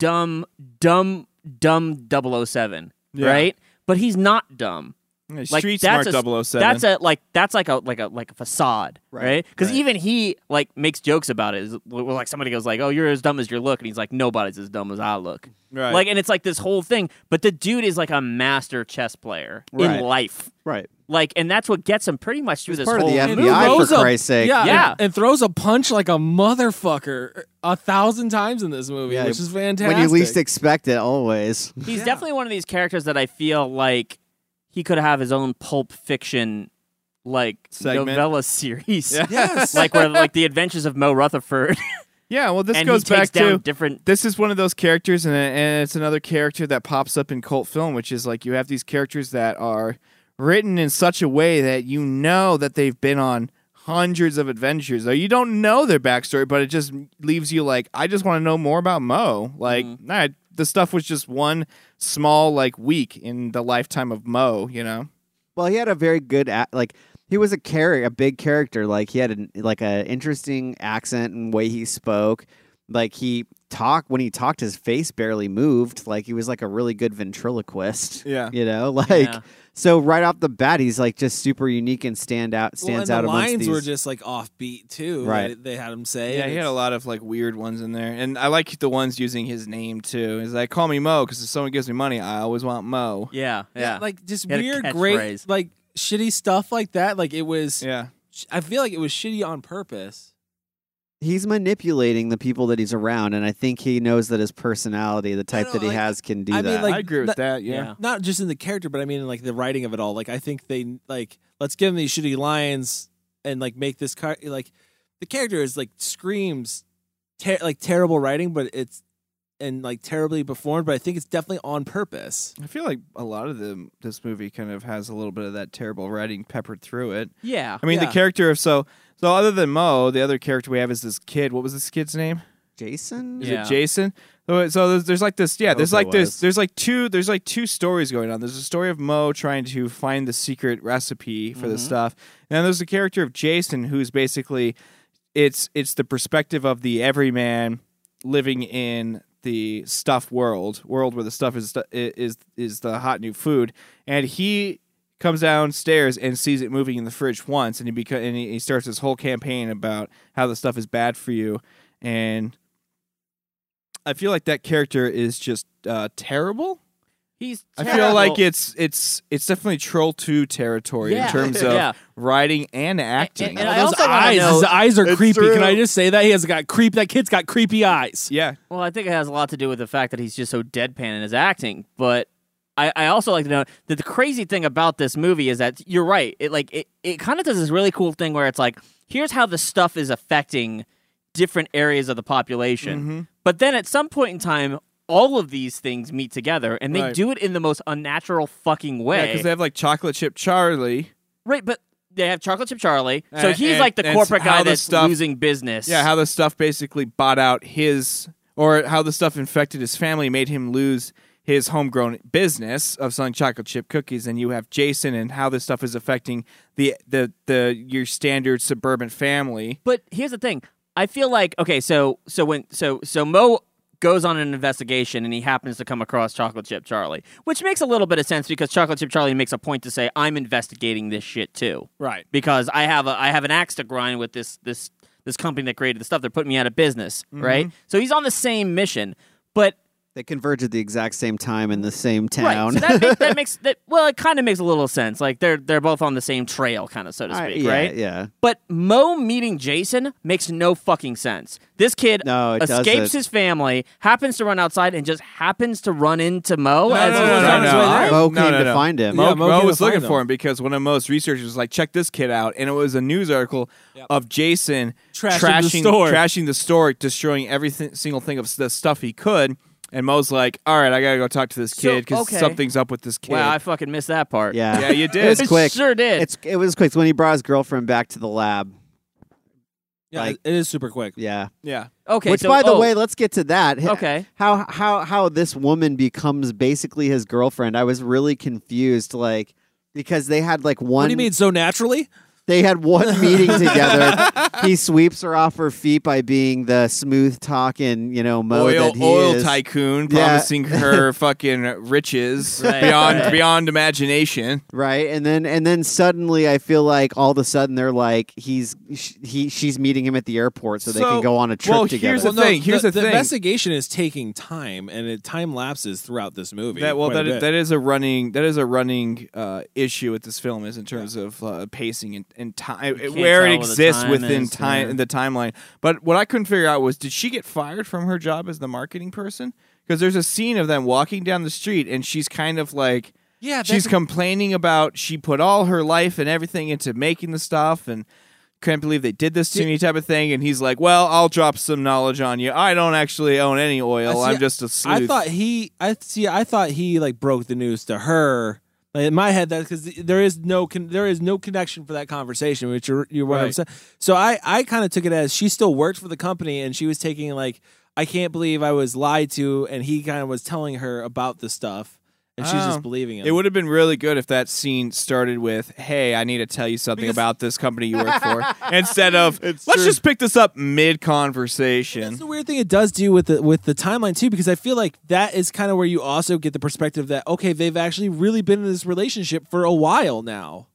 Speaker 4: dumb, dumb, dumb 007,
Speaker 2: Yeah.
Speaker 4: right? But he's not dumb. Like
Speaker 2: Street
Speaker 4: that's
Speaker 2: Smart
Speaker 4: a,
Speaker 2: 007.
Speaker 4: That's a like that's like a like a like a facade,
Speaker 3: Right,
Speaker 4: right? Because
Speaker 3: right.
Speaker 4: even he like makes jokes about it. Is- well, Like somebody goes like, "Oh, you're as dumb as your look," and he's like, "Nobody's as dumb as I look."
Speaker 2: right.
Speaker 4: Like, and it's like this whole thing. But the dude is like a master chess player
Speaker 3: Right.
Speaker 4: in life
Speaker 3: Right.
Speaker 4: Like, and that's what gets him pretty much through this
Speaker 3: part of
Speaker 4: whole
Speaker 3: the
Speaker 4: movie.
Speaker 3: FBI, for
Speaker 8: Throws a-
Speaker 3: Christ's sake.
Speaker 8: Yeah,
Speaker 4: Yeah.
Speaker 8: And, and throws a punch like a motherfucker a thousand times in this movie, which is fantastic.
Speaker 3: When you least expect it, always. [laughs]
Speaker 4: He's definitely one of these characters that I feel like he could have his own Pulp Fiction like
Speaker 2: Segment.
Speaker 4: novella series.
Speaker 2: Yeah.
Speaker 4: [laughs]
Speaker 2: Yes.
Speaker 4: like where like the Adventures of Mo Rutherford.
Speaker 2: Yeah, well,
Speaker 4: [laughs]
Speaker 2: this
Speaker 4: And he
Speaker 2: goes
Speaker 4: takes
Speaker 2: back
Speaker 4: down
Speaker 2: to
Speaker 4: different.
Speaker 2: This is one of those characters, and, and it's another character that pops up in cult film, which is like you have these characters that are written in such a way that you know that they've been on hundreds of adventures. Though you don't know their backstory, but it just leaves you like, I just want to know more about Mo. Like, all right, the stuff was just one small like week in the lifetime of Mo. You know.
Speaker 3: Well, he had a very good ac- like he was a character, a big character. Like he had an, like a interesting accent and way he spoke. Like he talked when he talked, his face barely moved. Like he was like a really good ventriloquist.
Speaker 2: Yeah.
Speaker 3: you know, like
Speaker 1: Yeah.
Speaker 3: so right off the bat, he's like just super unique and stand out
Speaker 1: Well, and
Speaker 3: stands
Speaker 1: the
Speaker 3: out amongst
Speaker 1: lines
Speaker 3: these.
Speaker 1: were just like offbeat too.
Speaker 3: Right.
Speaker 1: that They had him say.
Speaker 2: Yeah,
Speaker 1: and
Speaker 2: he had a
Speaker 1: it's-
Speaker 2: lot of like weird ones in there, and I like the ones using his name too. He's like, "Call me Mo," because if someone gives me money, I always want Mo.
Speaker 4: Yeah,
Speaker 1: like just weird, great, like shitty stuff like that. Like it was.
Speaker 2: Yeah.
Speaker 1: I feel like it was shitty on purpose.
Speaker 3: he's manipulating the people that he's around, and I think he knows that his personality, the type that he has, can do
Speaker 1: I
Speaker 3: that.
Speaker 1: mean, like not-
Speaker 2: yeah.
Speaker 1: Not just in the character, but I mean in like the writing of it all. Like I think they like let's give him these shitty lines and like make this car like the character is like screams ter- like terrible writing, but it's and like terribly performed. But I think it's definitely on purpose.
Speaker 2: I feel like a lot of the this movie kind of has a little bit of that terrible writing peppered through it.
Speaker 4: Yeah.
Speaker 2: I mean
Speaker 4: Yeah.
Speaker 2: the character of so so other than Mo, the other character we have is this kid. What was this kid's name?
Speaker 3: Jason.
Speaker 2: Is
Speaker 3: Yeah.
Speaker 2: it Jason? So so there's, there's like this yeah, there's
Speaker 3: hope it
Speaker 2: like this
Speaker 3: was.
Speaker 2: there's like two there's like two stories going on. There's a story of Mo trying to find the secret recipe for this
Speaker 3: Mhm.
Speaker 2: stuff. And then there's the character of Jason who's basically it's it's the perspective of the everyman living in the stuff world, world where the stuff is is is the hot new food, and he comes downstairs and sees it moving in the fridge once, and he beca- and he he starts this whole campaign about how the stuff is bad for you, and I feel like that character is just uh, terrible.
Speaker 4: He's
Speaker 2: I feel like
Speaker 4: terrible.
Speaker 2: it's it's it's definitely troll two territory
Speaker 4: Yeah.
Speaker 2: in terms of
Speaker 4: Yeah.
Speaker 2: writing and acting.
Speaker 4: and I Those also wanna
Speaker 1: Eyes,
Speaker 4: know-
Speaker 1: his eyes are
Speaker 4: It's
Speaker 1: creepy. Can I
Speaker 4: true.
Speaker 1: just say that he has got creep? That kid's got creepy eyes.
Speaker 2: Yeah.
Speaker 4: Well, I think it has a lot to do with the fact that he's just so deadpan in his acting. But I, I also like to know that the crazy thing about this movie is that you're right. It like it, it kind of does this really cool thing where it's like, here's how the stuff is affecting different areas of the population.
Speaker 2: Mhm.
Speaker 4: But then at some point in time, all of these things meet together, and they
Speaker 2: Right.
Speaker 4: do it in the most unnatural fucking way.
Speaker 2: because they have like chocolate chip Charlie.
Speaker 4: Right, but they have Chocolate Chip Charlie. So
Speaker 2: And-
Speaker 4: he's
Speaker 2: and-
Speaker 4: like the
Speaker 2: and
Speaker 4: corporate
Speaker 2: how
Speaker 4: guy
Speaker 2: the
Speaker 4: that's
Speaker 2: stuff-
Speaker 4: losing business.
Speaker 2: Yeah, how the stuff basically bought out his, or how the stuff infected his family, made him lose his homegrown business of selling chocolate chip cookies. And you have Jason and how this stuff is affecting the the the your standard suburban family.
Speaker 4: But here's the thing. I feel like okay, so so when so so Mo goes on an investigation and he happens to come across Chocolate Chip Charlie, which makes a little bit of sense because Chocolate Chip Charlie makes a point to say I'm investigating this shit too.
Speaker 1: Right.
Speaker 4: Because I have a I have an axe to grind with this this this company that created the stuff. They're putting me out of business, right?
Speaker 3: Mhm.
Speaker 4: So he's on the same mission, but
Speaker 3: they converge at the exact same time in the same town.
Speaker 4: Right.
Speaker 3: [laughs]
Speaker 4: So that, make, that makes that well, it kind of makes a little sense. Like they're they're both on the same trail, kind of so to
Speaker 3: I-
Speaker 4: speak,
Speaker 3: yeah,
Speaker 4: right?
Speaker 3: yeah.
Speaker 4: But Mo meeting Jason makes no fucking sense. This kid
Speaker 3: No, it
Speaker 4: escapes
Speaker 3: doesn't.
Speaker 4: his family, happens to run outside, and just happens to run into Mo. as he was on his way there.
Speaker 3: Mo came to find him.
Speaker 2: Mo,
Speaker 3: Yeah, Mo
Speaker 2: Mo
Speaker 3: came to
Speaker 2: was looking
Speaker 3: find him.
Speaker 2: for him because one of Mo's researchers was like, "Check this kid out," and it was a news article of Jason
Speaker 1: Trashing the
Speaker 2: trashing
Speaker 1: store.
Speaker 2: trashing the store, destroying every thi- single thing of s- the stuff he could. And Mo's like, "All right, I gotta go talk to this
Speaker 4: So,
Speaker 2: kid because
Speaker 4: okay.
Speaker 2: something's up with this kid."
Speaker 4: Wow, I fucking missed that part.
Speaker 3: Yeah,
Speaker 2: Yeah, you
Speaker 3: [laughs] It
Speaker 2: did.
Speaker 3: was quick.
Speaker 4: Sure did.
Speaker 3: It's it was quick. It's when he brought his girlfriend back to the lab.
Speaker 1: Yeah, it is super quick.
Speaker 3: Yeah.
Speaker 2: Yeah.
Speaker 4: Okay,
Speaker 3: Which,
Speaker 4: so-
Speaker 3: by the
Speaker 4: oh.
Speaker 3: way, let's get to that. H-
Speaker 4: Okay.
Speaker 3: How how how this woman becomes basically his girlfriend? I was really confused, like because they had like one.
Speaker 1: What do you mean so naturally?
Speaker 4: [laughs]
Speaker 3: They had one meeting together, he sweeps her off her feet by being the smooth talking, you know, mo
Speaker 2: oil
Speaker 3: that he
Speaker 2: oil
Speaker 3: is.
Speaker 2: tycoon
Speaker 3: Yeah.
Speaker 2: promising
Speaker 3: [laughs]
Speaker 2: her fucking riches
Speaker 3: Right,
Speaker 2: beyond
Speaker 3: right.
Speaker 2: beyond imagination.
Speaker 3: Right, and then and then suddenly I feel like all of a sudden they're like he's sh- he she's meeting him at the airport so, they can go on a trip together.
Speaker 8: Well, no, the investigation is taking time, and it time lapses throughout this movie.
Speaker 2: That well,
Speaker 8: quite a
Speaker 2: that is,
Speaker 8: bit.
Speaker 2: that is a running that is a running uh, issue with this film is in terms of uh, pacing and, and time
Speaker 8: can't
Speaker 2: where it
Speaker 8: tell what the
Speaker 2: exists
Speaker 8: time
Speaker 2: within
Speaker 8: is,
Speaker 2: time
Speaker 8: yeah.
Speaker 2: the timeline. But what I couldn't figure out was did she get fired from her job as the marketing person? Because there's a scene of them walking down the street and she's kind of like
Speaker 8: Yeah,
Speaker 2: she's
Speaker 8: that's-
Speaker 2: complaining about she put all her life and everything into making the stuff and can't believe they did this to me type of thing and he's like well i'll drop some knowledge on you i don't actually own any oil
Speaker 1: I see-
Speaker 2: i'm just a sleuth
Speaker 1: I thought he. I see. I thought he like broke the news to her. Like, in my head, that because there is no con- there is no connection for that conversation, which you're, you're what I'm
Speaker 8: Right.
Speaker 1: saying. So I I kind of took it as she still worked for the company and she was taking like I can't believe I was lied to, and he kind of was telling her about the stuff, and she's
Speaker 2: Oh.
Speaker 1: just believing him.
Speaker 2: It would have been really good if that scene started with, "Hey, I need to tell you something about this company you
Speaker 1: [laughs]
Speaker 2: work for," instead of, "Let's just pick this up mid conversation."
Speaker 1: That's the weird thing it does do with the with the timeline too, because I feel like that is kind of where you also get the perspective that okay, they've actually really been in this relationship for a while now.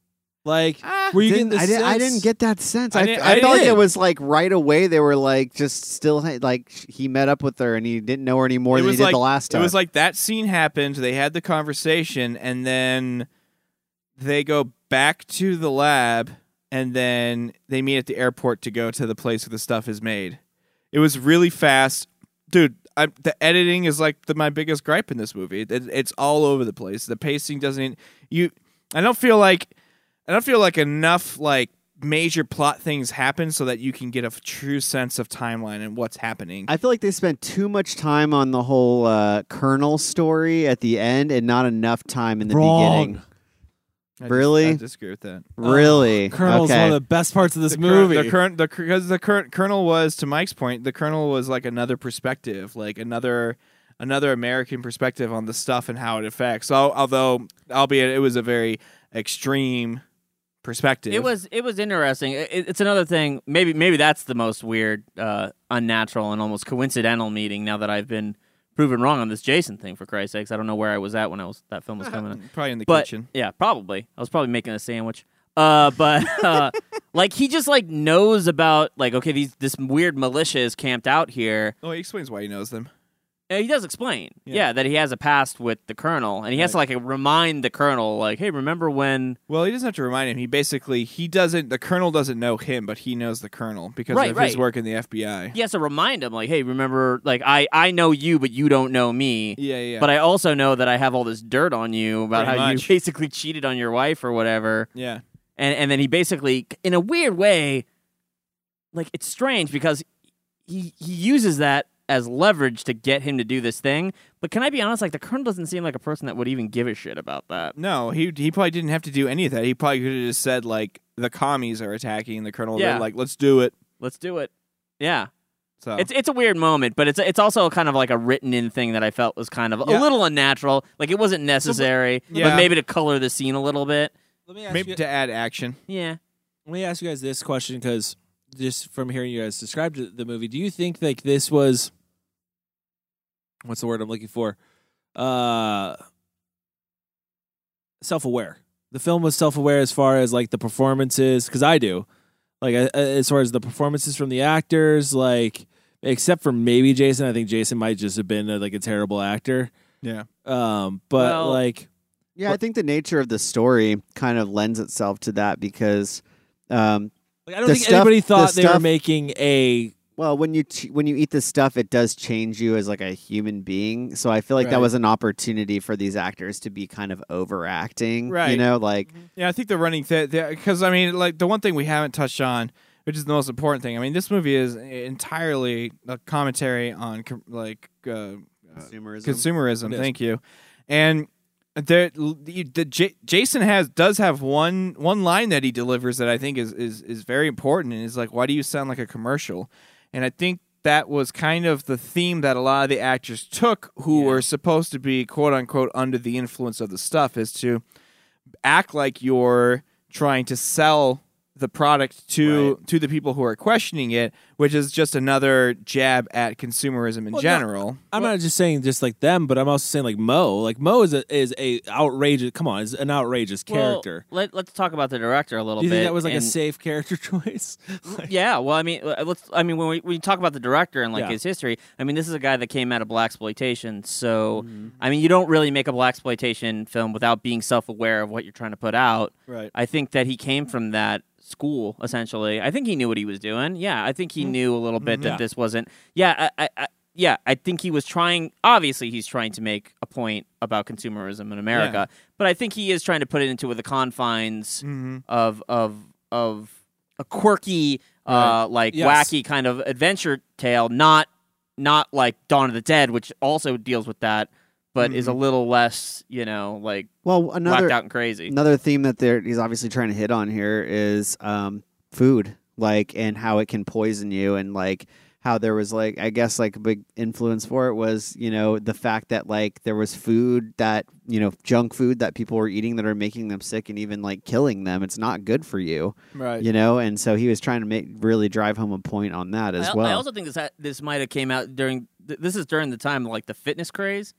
Speaker 1: Like, were you
Speaker 3: Didn't-
Speaker 1: getting
Speaker 3: I,
Speaker 1: the
Speaker 3: didn't, I
Speaker 1: sense-
Speaker 3: didn't get that sense.
Speaker 1: I
Speaker 3: I,
Speaker 1: didn't-
Speaker 3: I
Speaker 1: I
Speaker 3: felt like
Speaker 1: did.
Speaker 3: it was like right away they were like just still ha- like sh- he met up with her and he didn't know her any more
Speaker 2: it
Speaker 3: than
Speaker 2: was
Speaker 3: he did
Speaker 2: like
Speaker 3: the last time.
Speaker 2: It was like that scene happened. They had the conversation, and then they go back to the lab, and then they meet at the airport to go to the place where the stuff is made. It was really fast, dude. I, the editing is like the, my biggest gripe in this movie. It, it's all over the place. The pacing doesn't. You, I don't feel like, I don't feel like enough like major plot things happen so that you can get a f- true sense of timeline and what's happening.
Speaker 3: I feel like they spent too much time on the whole uh, Colonel story at the end and not enough time in the
Speaker 2: I
Speaker 3: beginning.
Speaker 2: dis-
Speaker 3: Really?
Speaker 2: I disagree with that.
Speaker 3: Really?
Speaker 1: Colonel's
Speaker 3: okay.
Speaker 1: one of the best parts of this
Speaker 2: The current-
Speaker 1: movie.
Speaker 2: the current, the because the current colonel was, to Mike's point, the colonel was like another perspective, like another another American perspective on the stuff and how it affects. So, although, albeit it was a very extreme perspective,
Speaker 4: It was it was interesting. It, it's another thing. Maybe maybe that's the most weird, uh, unnatural, and almost coincidental meeting. Now that I've been proven wrong on this Jason thing, for Christ's sakes, I don't know where I was at when I was that film was coming.
Speaker 3: [laughs]
Speaker 4: out.
Speaker 2: probably in the
Speaker 4: but,
Speaker 2: kitchen.
Speaker 4: Yeah, probably. I was probably making a sandwich. Uh, but [laughs] uh, like he just like knows about like okay, these this weird militia is camped out here.
Speaker 2: Oh, he explains why he knows them.
Speaker 4: Uh, he does explain,
Speaker 2: Yeah.
Speaker 4: yeah. that he has a past with the colonel, and he has to like remind the colonel, like, hey, remember when?
Speaker 2: Well, he doesn't have to remind him. He basically he doesn't. The colonel doesn't know him, but he knows the colonel because
Speaker 4: Right,
Speaker 2: of his
Speaker 4: right.
Speaker 2: work in the FBI.
Speaker 4: he has to remind him, like, hey, remember, like, I, I know you, but you don't know me.
Speaker 2: Yeah, yeah.
Speaker 4: But I also know that I have all this dirt on you about
Speaker 2: Pretty
Speaker 4: how
Speaker 2: much.
Speaker 4: you [laughs] basically cheated on your wife or whatever.
Speaker 2: Yeah.
Speaker 4: And and then he basically, in a weird way, like it's strange because he he uses that as leverage to get him to do this thing. But can I be honest? Like the colonel doesn't seem like a person that would even give a shit about that.
Speaker 2: No, he he probably didn't have to do any of that. He probably could have just said like the commies are attacking the colonel. They're
Speaker 4: Yeah.
Speaker 2: like let's do it.
Speaker 4: Let's do it. Yeah.
Speaker 1: Oh.
Speaker 2: So
Speaker 4: It's it's a weird moment, but it's it's also kind of like a written in thing that I felt was kind of
Speaker 2: Yeah.
Speaker 4: a little unnatural. Like it wasn't necessary,
Speaker 2: Yeah.
Speaker 4: but maybe to color the scene a little bit.
Speaker 1: Let me ask
Speaker 2: maybe
Speaker 1: you-
Speaker 2: to add action.
Speaker 4: Yeah.
Speaker 1: Let me ask you guys this question because just from hearing you guys describe th- the movie, do you think like this was what's the word I'm looking for? Uh, self aware. The film was self aware as far as like the performances, because I do. Like I- I- as far as the performances from the actors, like except for maybe Jason, I think Jason might just have been uh like a terrible actor.
Speaker 2: Yeah.
Speaker 1: Um, but
Speaker 3: Well-
Speaker 1: like
Speaker 3: yeah, I think the nature of the story kind of lends itself to that because um,
Speaker 1: I don't
Speaker 3: the
Speaker 1: think
Speaker 3: stuff-
Speaker 1: anybody
Speaker 3: the
Speaker 1: thought they were
Speaker 3: stuff-
Speaker 1: making a
Speaker 3: well when you ch- when you eat this stuff it does change you as like a human being so i feel like
Speaker 2: Right.
Speaker 3: that was an opportunity for these actors to be kind of overacting
Speaker 2: Right.
Speaker 3: you know like
Speaker 2: Yeah, I think the running thing because I mean like the one thing we haven't touched on, which is the most important thing. I mean this movie is entirely a commentary on com- like uh,
Speaker 3: Consumerism.
Speaker 2: Consumerism.
Speaker 3: It is.
Speaker 2: Thank you. And there, you- the J- Jason has does have one one line that he delivers that I think is is is very important and is like, why do you sound like a commercial? And I think that was kind of the theme that a lot of the actors took who were supposed to be quote unquote under the influence of the stuff is to act like you're trying to sell the product to to the people who are questioning it, which is just another jab at consumerism in
Speaker 1: Well, no,
Speaker 2: general.
Speaker 1: I'm not just saying just like them, but I'm also saying like Mo. Like Mo is a is a outrageous. Come on, is an outrageous character.
Speaker 4: Well, let, let's talk about the director a little
Speaker 1: Do you
Speaker 4: bit.
Speaker 1: think that was like
Speaker 4: and-
Speaker 1: a safe character [laughs] choice? [laughs]
Speaker 4: yeah, well, I mean, uh, let's. I mean, when we, we talk about the director and like
Speaker 1: Yeah.
Speaker 4: his history, I mean, this is a guy that came out of black exploitation. So,
Speaker 1: Mm-hmm.
Speaker 4: I mean, you don't really make a black exploitation film without being self aware of what you're trying to put out.
Speaker 1: Right.
Speaker 4: I think that he came from that school essentially. I think he knew what he was doing. Yeah, I think he knew a little bit
Speaker 1: Mhm.
Speaker 4: that
Speaker 1: Yeah.
Speaker 4: this wasn't. Yeah, I, I, I, yeah, I think he was trying. Obviously, he's trying to make a point about consumerism in America, but I think he is trying to put it into the confines
Speaker 2: Mhm.
Speaker 4: of of of a quirky,
Speaker 2: Right.
Speaker 4: uh, like
Speaker 2: Yes.
Speaker 4: wacky kind of adventure tale, not not like Dawn of the Dead, which also deals with that, but is a little less, you know, like
Speaker 3: Well, another
Speaker 4: whacked out and crazy.
Speaker 3: Another theme that they're, he's obviously trying to hit on here is um, food, like and how it can poison you, and like how there was like I guess like a big influence for it was you know the fact that like there was food that you know junk food that people were eating that are making them sick and even like killing them. It's not good for you,
Speaker 1: Right.
Speaker 3: You know, and so he was trying to make really drive home a point on that as
Speaker 4: I,
Speaker 3: well.
Speaker 4: I also think this ha- this might have came out during th- this is during the time like the fitness craze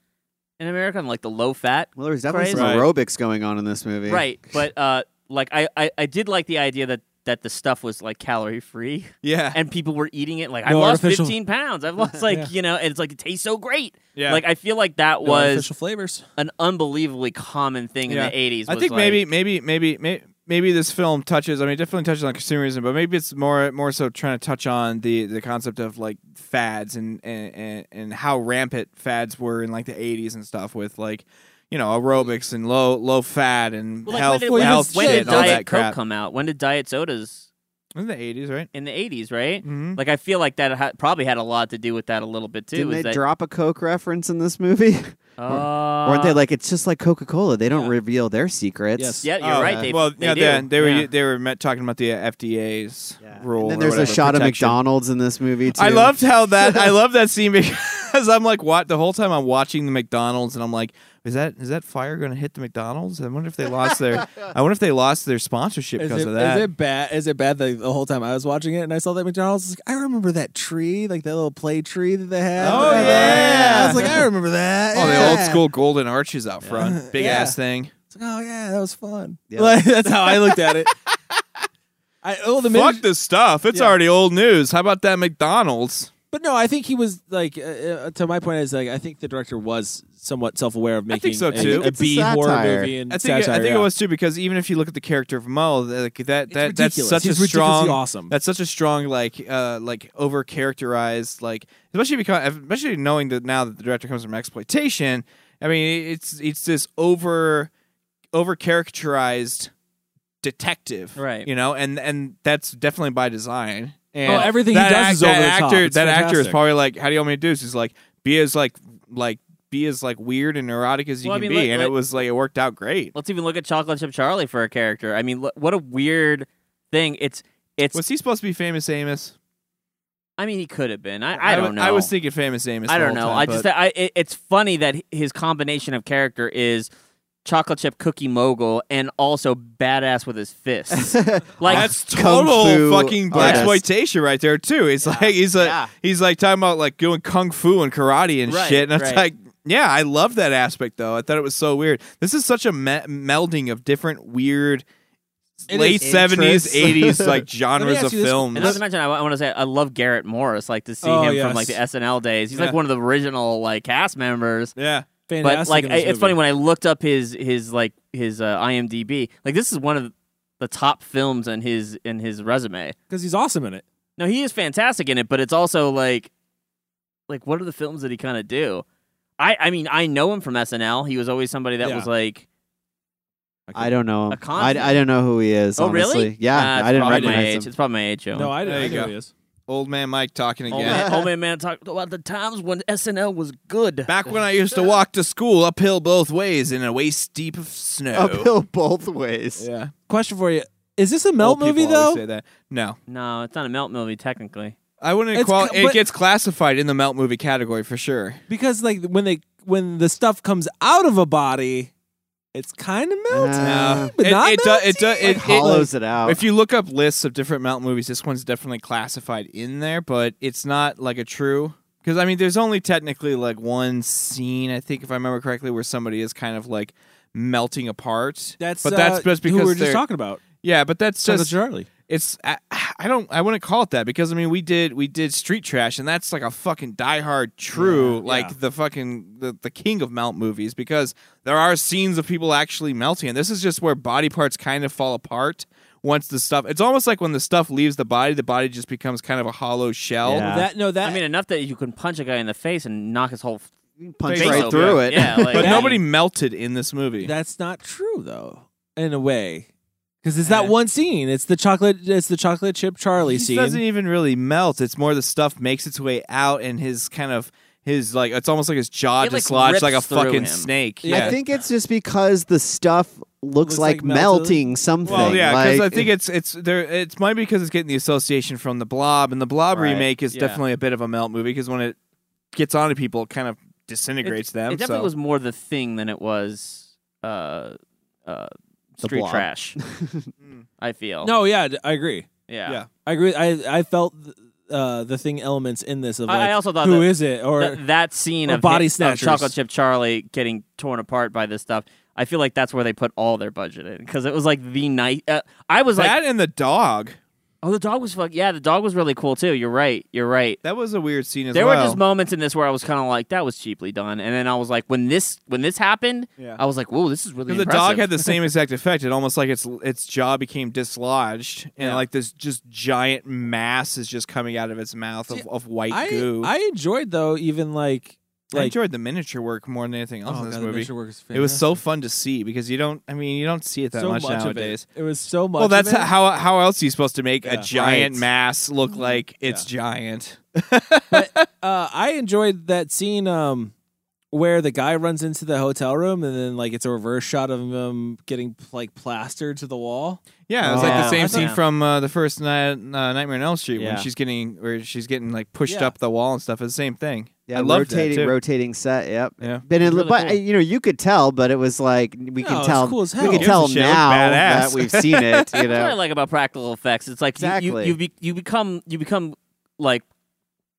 Speaker 4: in America and like the low fat.
Speaker 3: well, there was definitely
Speaker 4: craze.
Speaker 3: some aerobics going on in this movie,
Speaker 4: right? But uh, like I, I I did like the idea that that the stuff was like calorie [laughs] free.
Speaker 2: Yeah.
Speaker 4: and people were eating it like
Speaker 2: No
Speaker 4: I've lost
Speaker 2: artificial-
Speaker 4: 15 pounds. I've lost like
Speaker 2: [laughs] Yeah.
Speaker 4: you know, and it's like it tastes so great.
Speaker 2: Yeah.
Speaker 4: like I feel like that
Speaker 1: No
Speaker 4: was
Speaker 1: artificial flavors.
Speaker 4: an unbelievably common thing
Speaker 2: Yeah.
Speaker 4: in the 80s.
Speaker 2: I
Speaker 4: was,
Speaker 2: think
Speaker 4: like-
Speaker 2: maybe, maybe, maybe, maybe, maybe this film touches. I mean, it definitely touches on consumerism, but maybe it's more, more so trying to touch on the the concept of like fads and and and, and how rampant fads were in like the '80s and stuff with like. You know, aerobics and low low fat and
Speaker 4: Well, like,
Speaker 2: health,
Speaker 4: when did, when
Speaker 2: health
Speaker 4: did- when
Speaker 2: shit
Speaker 4: did
Speaker 2: and all
Speaker 4: Diet
Speaker 2: that
Speaker 4: Coke
Speaker 2: crap.
Speaker 4: come out? When did diet sodas?
Speaker 2: In the eighties, right?
Speaker 4: In the eighties, right?
Speaker 2: Mhm.
Speaker 4: Like I feel like that ha- probably had a lot to do with that a little bit too.
Speaker 3: Didn't
Speaker 4: is
Speaker 3: they
Speaker 4: that-
Speaker 3: drop a Coke reference in this movie? [laughs] Or- weren't they
Speaker 4: Uh,
Speaker 3: like it's just like Coca Cola? They don't reveal their secrets.
Speaker 4: Yeah, you're
Speaker 2: Oh,
Speaker 4: right.
Speaker 2: yeah.
Speaker 4: They,
Speaker 2: well,
Speaker 4: they
Speaker 2: yeah,
Speaker 4: do.
Speaker 2: then they were
Speaker 4: Yeah.
Speaker 2: they were met, talking about the uh, FDA's rule.
Speaker 3: And then
Speaker 2: or
Speaker 3: there's a
Speaker 2: whatever,
Speaker 3: shot
Speaker 2: protection.
Speaker 3: of McDonald's in this movie too.
Speaker 2: I loved how
Speaker 1: [laughs]
Speaker 2: that I love that scene because I'm like what the whole time I'm watching the McDonald's and I'm like is that is that fire going to hit the McDonald's? I wonder if they lost their I wonder if they lost their sponsorship
Speaker 1: Is
Speaker 2: because
Speaker 1: it,
Speaker 2: of that.
Speaker 1: is it bad? Is it bad that the whole time I was watching it and I saw that McDonald's? I was like, I remember that tree, like that little play tree that they had.
Speaker 2: Oh, yeah.
Speaker 1: I was like, I remember that.
Speaker 2: oh,
Speaker 1: yeah.
Speaker 2: the old school golden arches out front, big ass thing.
Speaker 1: It's like, oh yeah, that was fun. [laughs]
Speaker 2: Yeah.
Speaker 1: Like, that's how I looked [laughs] at it. I oh the minute
Speaker 2: Fuck this stuff. It's
Speaker 1: Yeah.
Speaker 2: already old news. How about that McDonald's?
Speaker 1: But no, I think he was like uh, uh, to my point is like I think the director was somewhat self-aware of
Speaker 2: I
Speaker 1: making
Speaker 2: think so
Speaker 1: a-
Speaker 2: too.
Speaker 1: a B horror movie and
Speaker 2: I think it, I
Speaker 1: satire,
Speaker 2: think
Speaker 1: yeah.
Speaker 2: it was too because even if you look at the character of Mo, th- like that that that's
Speaker 1: ridiculous.
Speaker 2: such
Speaker 1: He's
Speaker 2: a
Speaker 1: ridiculously
Speaker 2: strong
Speaker 1: awesome.
Speaker 2: That's such a strong like uh like over characterized like especially because especially knowing that now that the director comes from exploitation. I mean, it's it's this over over characterized detective,
Speaker 4: Right.
Speaker 2: You know, and and that's definitely by design. And
Speaker 1: Oh, everything he
Speaker 2: that
Speaker 1: does
Speaker 2: act-
Speaker 1: is over
Speaker 2: that
Speaker 1: the top.
Speaker 2: actor,
Speaker 1: It's
Speaker 2: That actor is
Speaker 1: fantastic.
Speaker 2: probably like, "How do you want me to do this?" He's like, "Be as like like be as like weird and neurotic as you
Speaker 4: Well, I
Speaker 2: can
Speaker 4: mean,
Speaker 2: be,"
Speaker 4: like-
Speaker 2: and it
Speaker 4: like-
Speaker 2: was like it worked out great.
Speaker 4: Let's even look at Chocolate Chip Charlie for a character. I mean, lo- what a weird thing. It's it's.
Speaker 2: Was he supposed to be famous Amos?
Speaker 4: I mean, he could have been. I, I
Speaker 2: wa-
Speaker 4: don't know.
Speaker 2: I was thinking famous Amos.
Speaker 4: I
Speaker 2: the
Speaker 4: don't
Speaker 2: whole
Speaker 4: know.
Speaker 2: time,
Speaker 4: I just
Speaker 2: but-
Speaker 4: I it, it's funny that h- his combination of character is chocolate chip cookie mogul and also badass with his
Speaker 2: [laughs]
Speaker 4: fists. like Oh,
Speaker 2: that's total fucking black exploitation right there too. It's like he's like
Speaker 4: Yeah.
Speaker 2: he's like talking about like doing kung fu and karate and
Speaker 4: Right,
Speaker 2: shit, and it's
Speaker 4: right.
Speaker 2: like. Yeah, I love that aspect though. I thought it was so weird. This is such a me- melding of different weird
Speaker 4: It
Speaker 2: late
Speaker 4: is. Interests. [laughs]
Speaker 2: seventies, eighties like
Speaker 4: Let me
Speaker 2: genres
Speaker 4: ask
Speaker 2: of
Speaker 4: you this-
Speaker 2: films.
Speaker 4: And not to mention, I, want to say I love Garrett Morris. Like to see
Speaker 2: Oh,
Speaker 4: him from like the
Speaker 2: yes.
Speaker 4: SNL days. He's
Speaker 2: Yeah.
Speaker 4: like one of the original like cast members.
Speaker 2: Yeah,
Speaker 4: but
Speaker 1: Fantastic
Speaker 4: like
Speaker 1: in
Speaker 4: I,
Speaker 1: this
Speaker 4: it's
Speaker 1: movie.
Speaker 4: funny when I looked up his his like his uh, IMDb. Like this is one of the top films in his in his resume.
Speaker 1: because he's awesome in it.
Speaker 4: No, he is fantastic in it, but it's also like, like what are the films that he kind of do? I I mean I know him from SNL. He was always somebody that
Speaker 3: Yeah.
Speaker 4: was like,
Speaker 3: I don't know
Speaker 4: A
Speaker 3: him. I,
Speaker 4: constant.
Speaker 3: I don't know who he is.
Speaker 4: oh really?
Speaker 3: honestly. Yeah,
Speaker 4: Nah, it's
Speaker 3: I
Speaker 4: probably
Speaker 3: didn't
Speaker 4: my
Speaker 3: recognize
Speaker 4: age.
Speaker 3: him.
Speaker 4: It's probably my age. Joe.
Speaker 1: No, I didn't. I
Speaker 2: There you
Speaker 1: know
Speaker 2: go.
Speaker 1: who he is.
Speaker 2: Old man Mike talking
Speaker 4: Old
Speaker 2: again.
Speaker 4: man, old man, man talked about the times when SNL was good.
Speaker 2: Back when I used to walk to school uphill both ways in a waist deep of snow.
Speaker 3: [laughs] Uphill both ways.
Speaker 2: Yeah.
Speaker 1: Question for you: Is this a melt
Speaker 2: Old people
Speaker 1: movie
Speaker 2: always
Speaker 1: though?
Speaker 2: say that. No,
Speaker 4: No, it's not a melt movie technically.
Speaker 2: I wouldn't.
Speaker 1: It's
Speaker 2: Quali-
Speaker 1: co-
Speaker 2: it
Speaker 1: but-
Speaker 2: gets classified in the melt movie category for sure.
Speaker 1: Because like when they when the stuff comes out of a body, It's kind of melty, but
Speaker 2: it,
Speaker 1: not
Speaker 2: it, do- it, do-
Speaker 1: melty.
Speaker 2: it, it If you look up lists of different Mount movies, this one's definitely classified in there, but it's not like a true. Because I mean, there's only technically like one scene, I think, if I remember correctly, where somebody is kind of like melting apart.
Speaker 1: That's,
Speaker 2: but that's
Speaker 1: uh,
Speaker 2: just
Speaker 1: who
Speaker 2: because
Speaker 1: we were just
Speaker 2: they're-
Speaker 1: talking about.
Speaker 2: Yeah, but that's
Speaker 1: Sons of
Speaker 2: just
Speaker 1: Charlie.
Speaker 2: It's I, I don't I wouldn't call it that because I mean we did we did Street Trash and that's like a fucking diehard true like the fucking the, the king of melt movies because there are scenes of people actually melting and this is just where body parts kind of fall apart once the stuff it's almost like when the stuff leaves the body the body just becomes kind of a hollow shell
Speaker 4: That no, that I mean enough that you can punch a guy in the face and knock his whole f-
Speaker 1: punch
Speaker 4: face
Speaker 1: right
Speaker 4: open.
Speaker 1: through it.
Speaker 4: Yeah,
Speaker 3: [laughs]
Speaker 4: like,
Speaker 2: but
Speaker 4: that-
Speaker 2: nobody melted in this movie
Speaker 1: That's not true though, in a way, because it's that one scene. It's the chocolate. It's the chocolate chip Charlie
Speaker 2: He
Speaker 1: scene.
Speaker 2: doesn't even really melt. It's more the stuff makes its way out, and his kind of his like it's almost like his
Speaker 4: It,
Speaker 2: jaw
Speaker 4: like,
Speaker 2: dislodged like a
Speaker 4: rips through
Speaker 2: fucking
Speaker 4: him.
Speaker 2: snake.
Speaker 3: I think it's just because the stuff looks, like, melting something.
Speaker 2: Well, yeah, because
Speaker 3: like,
Speaker 2: I think it's it's there. It's might be because it's getting the association from the Blob, and the Blob
Speaker 3: Right,
Speaker 2: remake is
Speaker 4: yeah.
Speaker 2: definitely a bit of a melt movie because when it gets onto people, it kind of disintegrates them.
Speaker 4: It definitely
Speaker 2: so.
Speaker 4: was more the thing than it was uh, uh,
Speaker 1: The
Speaker 4: street
Speaker 1: blob.
Speaker 3: [laughs]
Speaker 4: trash. I feel.
Speaker 1: No, yeah, d- I agree.
Speaker 4: Yeah. Yeah.
Speaker 1: I agree. I I felt th- uh, the thing elements in this of like,
Speaker 4: I I also thought
Speaker 1: who
Speaker 4: that-
Speaker 1: is it or
Speaker 4: that- that scene
Speaker 1: or
Speaker 4: of
Speaker 1: body
Speaker 4: him- of
Speaker 1: snatchers.
Speaker 4: chocolate chip Charlie getting torn apart by this stuff. I feel like that's where they put all their budget in because it was like the night. Uh, I was
Speaker 2: that
Speaker 4: like,
Speaker 2: and the dog.
Speaker 4: oh, the dog was fuck. Yeah, the dog was really cool too. You're right. You're right.
Speaker 2: That was a weird scene as
Speaker 4: there
Speaker 2: well.
Speaker 4: were just moments in this where I was kind of like, that was cheaply done, and then I was like, when this when this happened,
Speaker 2: Yeah.
Speaker 4: I was like, whoa, this is really.
Speaker 2: Because the
Speaker 4: impressive.
Speaker 2: dog had the [laughs] same exact effect. It almost like its its jaw became dislodged, and
Speaker 4: Yeah.
Speaker 2: like this just giant mass is just coming out of its mouth of, of white
Speaker 1: I,
Speaker 2: goo.
Speaker 1: I enjoyed though even like
Speaker 2: I
Speaker 1: like
Speaker 2: enjoyed the miniature work more than anything else
Speaker 1: Oh,
Speaker 2: in this
Speaker 1: God, the
Speaker 2: movie.
Speaker 1: miniature work is
Speaker 2: it was so fun to see because you don't. I mean, you don't see it that
Speaker 1: so
Speaker 2: much,
Speaker 1: of it.
Speaker 2: nowadays.
Speaker 1: It. was so much.
Speaker 2: Well, that's
Speaker 1: of it.
Speaker 2: how how else are you supposed to make
Speaker 1: Yeah.
Speaker 2: a giant
Speaker 1: Right.
Speaker 2: mass look like it's giant?
Speaker 1: uh, I enjoyed that scene um, where the guy runs into the hotel room and then like it's a reverse shot of him getting like plastered to the wall.
Speaker 2: Yeah, it was like the
Speaker 1: Oh.
Speaker 2: same
Speaker 1: I
Speaker 2: scene
Speaker 1: thought-
Speaker 2: from uh, the first night, uh, Nightmare on Elm Street
Speaker 3: Yeah.
Speaker 2: when she's getting where she's getting like pushed
Speaker 1: Yeah.
Speaker 2: up the wall and stuff. It's the same thing.
Speaker 3: yeah,
Speaker 2: I loved that,
Speaker 3: rotating,
Speaker 2: too.
Speaker 3: rotating set. Yep.
Speaker 2: Yeah.
Speaker 3: But, it,
Speaker 2: It's really
Speaker 3: but
Speaker 2: cool.
Speaker 3: you know, you could tell, but it was like we
Speaker 1: No,
Speaker 3: can
Speaker 1: it's
Speaker 3: tell.
Speaker 1: cool as
Speaker 3: We
Speaker 1: hell.
Speaker 3: can
Speaker 1: Gives
Speaker 3: tell
Speaker 1: a shit, it looked
Speaker 3: now
Speaker 2: badass.
Speaker 3: that we've seen
Speaker 2: [laughs]
Speaker 3: it. You
Speaker 4: That's what I
Speaker 3: know.
Speaker 4: like about practical effects. It's like you-
Speaker 3: Exactly.
Speaker 4: you, you, be, you become you become like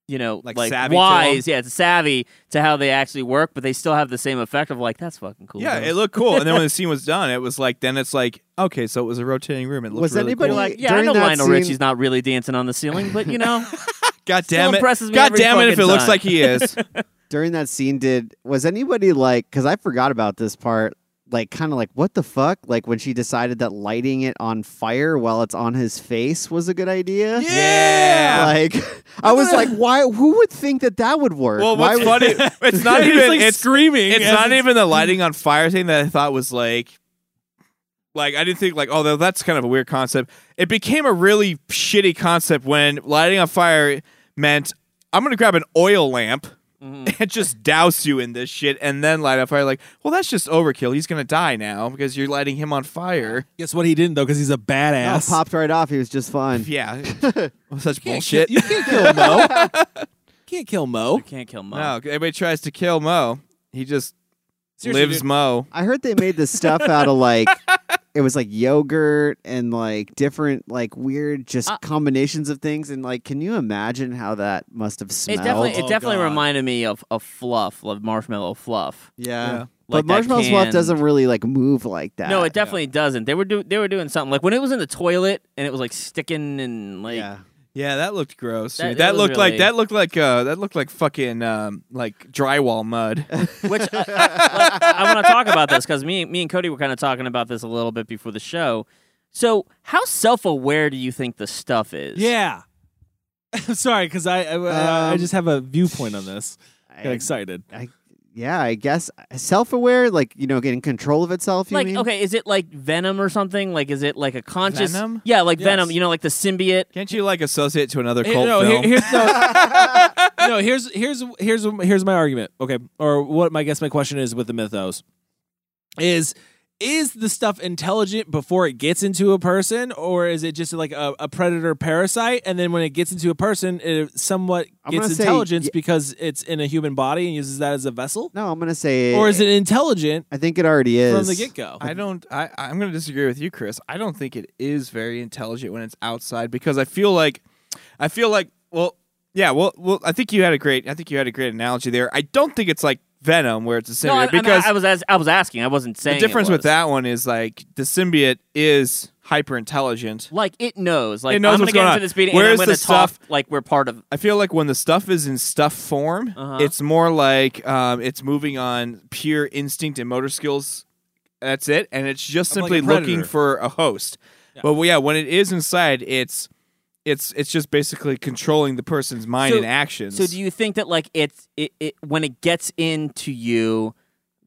Speaker 4: you know
Speaker 2: Like savvy to
Speaker 4: wise, yeah, it's savvy to how they actually work, but they still have the same effect of like that's fucking cool.
Speaker 2: Yeah,
Speaker 4: though.
Speaker 2: it looked cool. And then when the scene was done, it was like then it's like okay, so it was a rotating room. It looked
Speaker 3: Was
Speaker 2: really
Speaker 3: anybody-
Speaker 2: cool.
Speaker 4: like yeah, I
Speaker 3: during
Speaker 4: know
Speaker 3: that
Speaker 4: Lionel
Speaker 3: scene-
Speaker 4: Richie's not really dancing on the ceiling, but you know,
Speaker 2: God
Speaker 4: still
Speaker 2: damn it!
Speaker 4: impresses me
Speaker 2: God
Speaker 4: every
Speaker 2: damn it! If it
Speaker 4: fucking
Speaker 2: looks
Speaker 4: time.
Speaker 2: like he is,
Speaker 3: During that scene, did was anybody like? Because I forgot about this part. Like, kind of like, what the fuck? Like when she decided that lighting it on fire while it's on his face was a good idea.
Speaker 2: yeah.
Speaker 3: Like, I was like, why? Who would think that that would work?
Speaker 2: Well,
Speaker 3: why
Speaker 2: what's
Speaker 3: would- [laughs]
Speaker 2: funny? [laughs] It's not
Speaker 8: He's,
Speaker 2: even
Speaker 8: like,
Speaker 2: it's,
Speaker 8: screaming
Speaker 2: It's
Speaker 8: as
Speaker 2: not
Speaker 8: it's-
Speaker 2: even the lighting on fire thing that I thought was like, like I didn't think like, oh, that's kind of a weird concept. It became a really shitty concept when lighting on fire meant I'm gonna grab an oil lamp. [laughs] And just douse you in this shit, and then light on fire. Like, well, that's just overkill. He's gonna die now because you're lighting him on fire.
Speaker 1: Guess what? He didn't though because he's a
Speaker 3: No,
Speaker 1: badass.
Speaker 3: popped right off. He was just fine.
Speaker 2: Yeah, Oh, such bullshit.
Speaker 1: Shit, you can't kill Mo. can't kill Mo.
Speaker 4: can't kill Mo.
Speaker 2: No, everybody tries to kill Mo. He just
Speaker 1: Seriously,
Speaker 2: lives
Speaker 1: dude.
Speaker 2: Mo.
Speaker 3: I heard they made this stuff out
Speaker 4: [laughs]
Speaker 3: of like it was like yogurt and like different like weird just
Speaker 4: Uh,
Speaker 3: combinations of things and like can you imagine how that must have
Speaker 4: It
Speaker 3: smelled?
Speaker 4: definitely
Speaker 1: Oh,
Speaker 4: it definitely
Speaker 1: God.
Speaker 4: reminded me of of fluff, of marshmallow fluff.
Speaker 3: yeah.
Speaker 2: Yeah.
Speaker 4: Like
Speaker 3: but
Speaker 4: that
Speaker 3: marshmallow fluff
Speaker 4: canned-
Speaker 3: doesn't really like move like that.
Speaker 4: No, it definitely doesn't. They were do they were doing something like when it was in the toilet and it was like sticking and like
Speaker 3: yeah.
Speaker 2: Yeah, that looked gross.
Speaker 4: That-
Speaker 2: dude.
Speaker 4: that
Speaker 2: That,
Speaker 4: was
Speaker 2: looked like
Speaker 4: really-
Speaker 2: that looked like uh that looked like fucking um like
Speaker 4: [laughs]
Speaker 2: drywall mud. [laughs]
Speaker 4: Which I, I want to talk about this because me, me and Cody were kind of talking about this a little bit before the show. So, how self-aware do you think the stuff is?
Speaker 1: Yeah. [laughs] I'm sorry because I I, I- I
Speaker 3: Um,
Speaker 1: just have a viewpoint on this. Got
Speaker 3: I-
Speaker 1: excited.
Speaker 3: I, yeah, I guess self-aware, like you know, getting control of itself. You
Speaker 4: Like,
Speaker 3: mean?
Speaker 4: okay, is it like venom or something? Like, is it like a conscious?
Speaker 2: Venom?
Speaker 4: Yeah, like
Speaker 1: Yes.
Speaker 4: venom. You know, like the symbiote.
Speaker 2: Can't you like associate it to another
Speaker 1: Hey,
Speaker 2: cult
Speaker 1: no, here-
Speaker 2: film?
Speaker 1: here's no,
Speaker 2: [laughs]
Speaker 1: no, here's here's here's here's my argument. Okay, or what my guess my question is with the mythos is is the stuff intelligent before it gets into a person, or is it just like a, a predator parasite? And then when it gets into a person, it somewhat
Speaker 3: I'm gonna
Speaker 1: gets
Speaker 3: say
Speaker 1: intelligence
Speaker 3: ye-
Speaker 1: because it's in a human body and uses that as a vessel.
Speaker 3: No, I'm gonna say.
Speaker 1: Or is it intelligent?
Speaker 3: I think it already is
Speaker 1: from the get-go.
Speaker 2: I don't. I, I'm going to disagree with you, Chris. I don't think it is very intelligent when it's outside because I feel like, I feel like. Well, yeah. Well, well. I think you had a great. I think you had a great analogy there. I don't think it's like Venom where it's a symbiote
Speaker 4: No, I, I mean,
Speaker 2: because
Speaker 4: I, was as, I was asking. I wasn't saying
Speaker 2: the
Speaker 4: it
Speaker 2: difference with
Speaker 4: was.
Speaker 2: that one is like the symbiote is hyper intelligent.
Speaker 4: Like it knows. Like
Speaker 2: It knows
Speaker 4: I'm gonna
Speaker 2: what's
Speaker 4: get
Speaker 2: going
Speaker 4: into
Speaker 2: on.
Speaker 4: this meeting
Speaker 2: Where's
Speaker 4: and I'm gonna
Speaker 2: the stuff-
Speaker 4: talk like we're part of.
Speaker 2: I feel like when the stuff is in stuff form,
Speaker 4: Uh-huh.
Speaker 2: it's more like um, it's moving on pure instinct and motor skills. That's it, and it's just
Speaker 1: Of like
Speaker 2: simply
Speaker 1: a predator.
Speaker 2: looking for a host. But well, yeah, when it is inside, it's it's it's just basically controlling the person's mind
Speaker 4: so,
Speaker 2: and actions.
Speaker 4: So do you think that like it's it, it when it gets into you,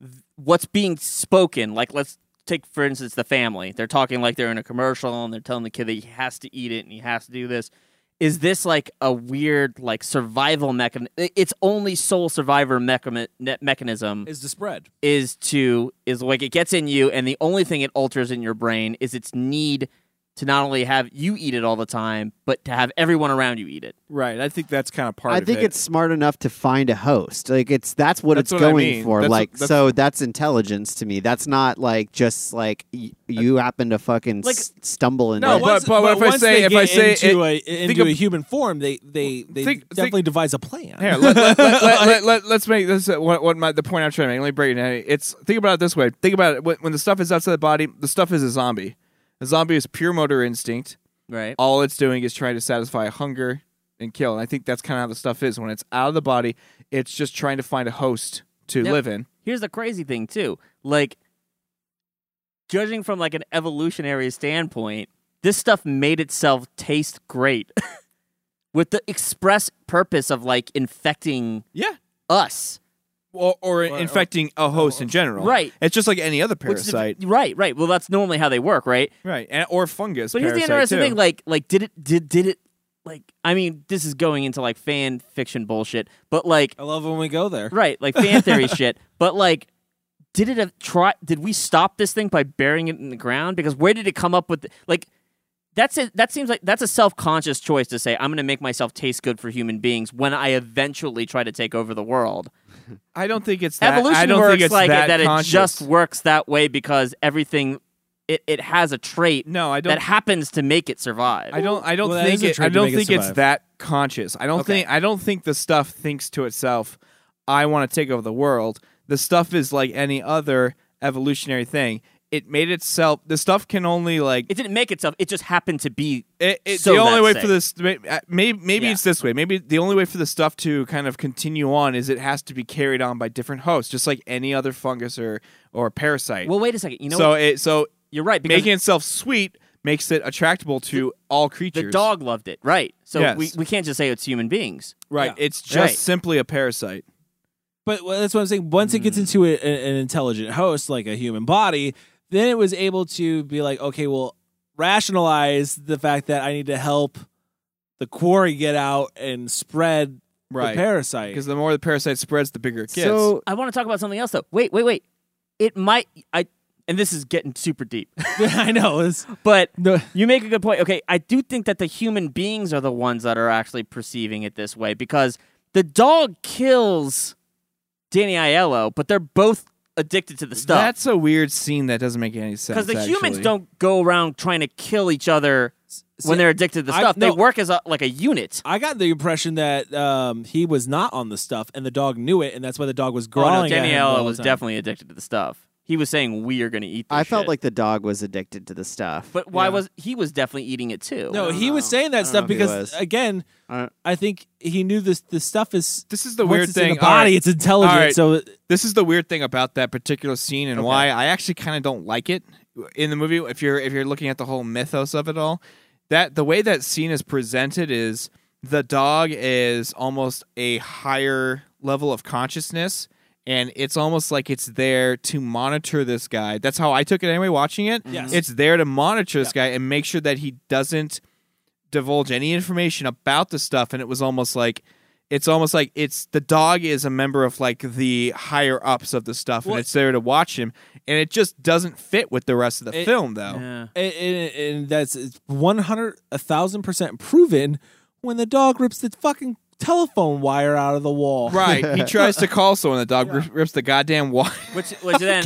Speaker 4: th- what's being spoken? Like let's take for instance the family. They're talking like they're in a commercial and they're telling the kid that he has to eat it and he has to do this. Is this like a weird like survival mechanism? It's only sole survivor mechan- ne- mechanism
Speaker 1: Is the spread?
Speaker 4: is to is like it gets in you and the only thing it alters in your brain is its need to not only have you eat it all the time but to have everyone around you eat it
Speaker 2: right? I think that's kind of part.
Speaker 3: I
Speaker 2: of
Speaker 3: think
Speaker 2: it.
Speaker 3: it's smart enough to find a host. Like it's that's what
Speaker 2: That's
Speaker 3: it's
Speaker 2: what I
Speaker 3: going
Speaker 2: mean.
Speaker 3: for.
Speaker 2: That's
Speaker 3: like
Speaker 2: what- that's-
Speaker 3: so that's intelligence to me. That's not like just like y- you happen to fucking
Speaker 1: Like-
Speaker 3: s- stumble into.
Speaker 1: No,
Speaker 3: it.
Speaker 1: once,
Speaker 2: but Uh, what if I
Speaker 1: once
Speaker 2: say-
Speaker 1: they
Speaker 2: if
Speaker 1: get
Speaker 2: I say
Speaker 1: into,
Speaker 2: it-
Speaker 1: a,
Speaker 2: think
Speaker 1: into
Speaker 2: of-
Speaker 1: a human form, they they they
Speaker 2: think-
Speaker 1: definitely devise a plan.
Speaker 2: Here, let,
Speaker 3: [laughs]
Speaker 2: let, let, let, us make this uh, what, what my, the point I'm trying to make. Let me break it down. It's think about it this way. Think about it when, when the stuff is outside the body. The stuff is a zombie. A zombie is pure motor instinct.
Speaker 4: Right.
Speaker 2: All it's doing is trying to satisfy hunger and kill. And I think that's kind of how the stuff is. When it's out of the body, it's just trying to find a host to
Speaker 4: Now,
Speaker 2: live in.
Speaker 4: Here's the crazy thing too. Like judging from like an evolutionary standpoint, this stuff made itself taste great [laughs] with the express purpose of like infecting
Speaker 2: Yeah.
Speaker 4: us.
Speaker 2: Or, or, infecting a host in general.
Speaker 4: Right.
Speaker 2: It's just like any other
Speaker 4: Which is-
Speaker 2: parasite.
Speaker 4: right, right. Well, that's normally how they work, right?
Speaker 2: right. And, or fungus.
Speaker 4: But here's the
Speaker 2: parasite,
Speaker 4: interesting
Speaker 2: too.
Speaker 4: thing like like did it did did it like I mean, this is going into like fan fiction bullshit, but like
Speaker 1: I love when we go there.
Speaker 4: Right, like fan theory
Speaker 2: [laughs]
Speaker 4: shit. But like, did it have try? Did we stop this thing by burying it in the ground? Because where did it come up with like? That's it. That seems like that's a self-conscious choice to say I'm going to make myself taste good for human beings when I eventually try to take over the world.
Speaker 2: I don't think it's that.
Speaker 4: Evolution
Speaker 2: I don't
Speaker 4: works
Speaker 2: think it's
Speaker 4: like
Speaker 2: that,
Speaker 4: it, that
Speaker 2: conscious.
Speaker 4: it just works that way because everything it, it has a trait
Speaker 2: no, I don't-
Speaker 4: that happens to make it survive.
Speaker 2: I don't. I don't
Speaker 1: Well, that
Speaker 2: think.
Speaker 1: is a
Speaker 2: It,
Speaker 1: trait
Speaker 2: I
Speaker 1: to
Speaker 2: don't
Speaker 1: make it
Speaker 2: think it's
Speaker 1: survive.
Speaker 2: that conscious. I don't think. I don't think the stuff thinks to itself, "I want to take over the world." The stuff is like any other evolutionary thing. It made itself. The stuff can only like.
Speaker 4: It didn't make itself. It just happened to be.
Speaker 2: It, it,
Speaker 4: so
Speaker 2: the only
Speaker 4: that
Speaker 2: way
Speaker 4: sick.
Speaker 2: for this, maybe maybe
Speaker 4: Yeah.
Speaker 2: it's this way. Maybe the only way for the stuff to kind of continue on is it has to be carried on by different hosts, just like any other fungus or or parasite.
Speaker 4: Well, wait a second. You know,
Speaker 2: so
Speaker 4: what?
Speaker 2: it so
Speaker 4: you're right. Because
Speaker 2: making itself sweet makes it attractable to all creatures.
Speaker 4: the dog loved it, right? So
Speaker 2: Yes.
Speaker 4: we, we can't just say it's human beings.
Speaker 2: Right. It's just
Speaker 4: Right.
Speaker 2: simply a parasite.
Speaker 1: But well, that's what I'm saying. Once it gets into a, a- an intelligent host, like a human body, then it was able to be like, okay, well, rationalize the fact that I need to help the quarry get out and spread
Speaker 2: Right.
Speaker 1: the parasite.
Speaker 2: Because the more the parasite spreads, the bigger it gets.
Speaker 3: So
Speaker 4: I want to talk about something else though. Wait, wait, wait. It might I and this is getting super deep.
Speaker 1: [laughs]
Speaker 4: [laughs]
Speaker 1: I know. It's,
Speaker 2: [laughs]
Speaker 4: but
Speaker 1: No.
Speaker 4: you make a good point. Okay, I do think that the human beings are the ones that are actually perceiving it this way because the dog kills Danny Aiello, but they're both addicted to the stuff.
Speaker 2: That's a weird scene that doesn't make any
Speaker 4: Because
Speaker 2: sense.
Speaker 4: the humans
Speaker 2: actually.
Speaker 4: don't go around trying to kill each other
Speaker 1: see,
Speaker 4: when they're addicted to the
Speaker 1: I-
Speaker 4: stuff.
Speaker 1: no.
Speaker 4: They work as a, like a unit.
Speaker 1: I got the impression that um, he was not on the stuff, and the dog knew it, and that's why the dog was
Speaker 4: Oh, no,
Speaker 1: growling. at him the
Speaker 4: Daniela
Speaker 1: whole
Speaker 4: was
Speaker 1: time.
Speaker 4: definitely addicted to the stuff. He was saying we are going to eat. This
Speaker 3: I felt
Speaker 4: shit."
Speaker 3: like the dog was addicted to the stuff.
Speaker 4: But why was he was definitely eating it too?
Speaker 1: No, he was saying that
Speaker 3: know
Speaker 1: stuff
Speaker 3: if he
Speaker 1: because
Speaker 3: was.
Speaker 1: again,
Speaker 3: I-
Speaker 1: I think he knew this. The stuff is
Speaker 2: This is the
Speaker 1: once
Speaker 2: weird
Speaker 1: it's
Speaker 2: thing.
Speaker 1: In the
Speaker 2: All right.
Speaker 1: body, it's intelligent.
Speaker 2: All right.
Speaker 1: So
Speaker 2: This is the weird thing about that particular scene and why I actually kind of don't like it in the movie. If you're if you're looking at the whole mythos of it all, that the way that scene is presented is the dog is almost a higher level of consciousness. And it's almost like it's there to monitor this guy. That's how I took it anyway, watching it.
Speaker 1: Yes.
Speaker 2: It's there to monitor this guy and make sure that he doesn't divulge any information about the stuff and it was almost like it's almost like it's the dog is a member of like the higher ups of the stuff,
Speaker 8: Well-
Speaker 2: and it's there to watch him, and it just doesn't fit with the rest of the
Speaker 1: It-
Speaker 2: film though.
Speaker 1: And, and, and that's it's 100, 1,000% proven when the dog rips the fucking telephone wire out of the wall.
Speaker 2: Right, he tries to call someone. The dog ri- rips the goddamn wire.
Speaker 4: [laughs]
Speaker 2: [laughs]
Speaker 4: Which, which [laughs] then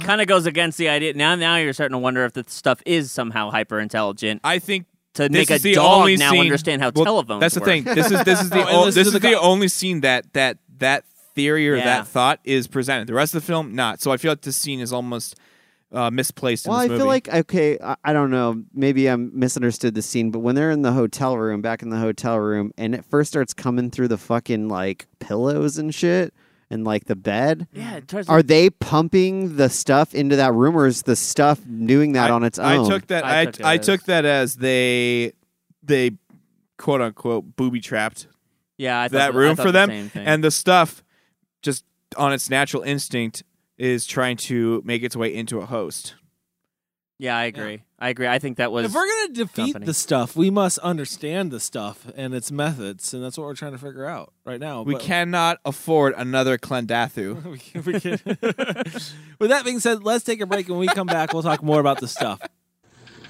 Speaker 4: kind of goes against the idea. Now, now you're starting to wonder if the stuff is somehow hyper intelligent.
Speaker 2: I think
Speaker 4: to
Speaker 2: This
Speaker 4: make a
Speaker 2: is the
Speaker 4: dog
Speaker 2: only
Speaker 4: now
Speaker 2: scene-
Speaker 4: understand how
Speaker 2: well,
Speaker 4: telephones.
Speaker 2: That's the
Speaker 4: work.
Speaker 2: thing. This is this is the o- this is the, only scene that that that theory or
Speaker 4: Yeah.
Speaker 2: that thought is presented. The rest of the film, not. So I feel like this scene is almost uh, misplaced.
Speaker 3: Well,
Speaker 2: in
Speaker 3: I
Speaker 2: this movie.
Speaker 3: feel like okay, I, I don't know. Maybe I misunderstood the scene, but when they're in the hotel room, back in the hotel room, and it first starts coming through the fucking like pillows and shit, and like the bed.
Speaker 4: Yeah, it tries to-
Speaker 3: Are they pumping the stuff into that room, or is the stuff doing that on its
Speaker 2: I
Speaker 3: own?
Speaker 2: took that. I I took, that as they they quote unquote booby trapped.
Speaker 4: Yeah, I thought
Speaker 2: that
Speaker 4: the- I
Speaker 2: room
Speaker 4: thought
Speaker 2: for
Speaker 4: the
Speaker 2: them,
Speaker 4: same thing.
Speaker 2: and the stuff just on its natural instinct is trying to make its way into a host.
Speaker 4: Yeah, I agree. I agree. I think that was.
Speaker 1: If we're going to defeat
Speaker 4: company.
Speaker 1: the stuff, we must understand the stuff and its methods. And that's what we're trying to figure out right now.
Speaker 2: We
Speaker 1: but-
Speaker 2: cannot afford another Clendathu.
Speaker 4: [laughs]
Speaker 1: We can- we can- [laughs] With that being said, let's take a break. When we come back, we'll talk more about the stuff.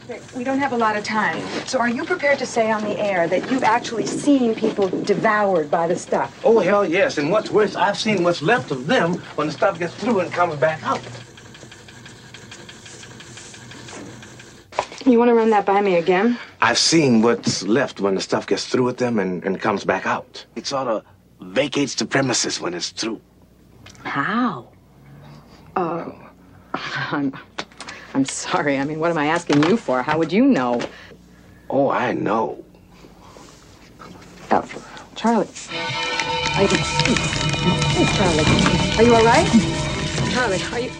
Speaker 9: Rick, we don't have a lot of time. So are you prepared to say on the air that you've actually seen people devoured by the stuff?
Speaker 10: Oh, hell yes. And what's worse, I've seen what's left of them when the stuff gets through and comes back out.
Speaker 9: You want to run that by me again?
Speaker 10: I've seen what's left when the stuff gets through with them and, and comes back out. It sort of vacates the premises when it's through.
Speaker 9: How? Oh, [laughs] I'm, I'm sorry. I mean, what am I asking you for? How would you know?
Speaker 10: Oh, I know.
Speaker 9: Oh, Charlie. Are you, Charlie, are you all right? Charlie, are you...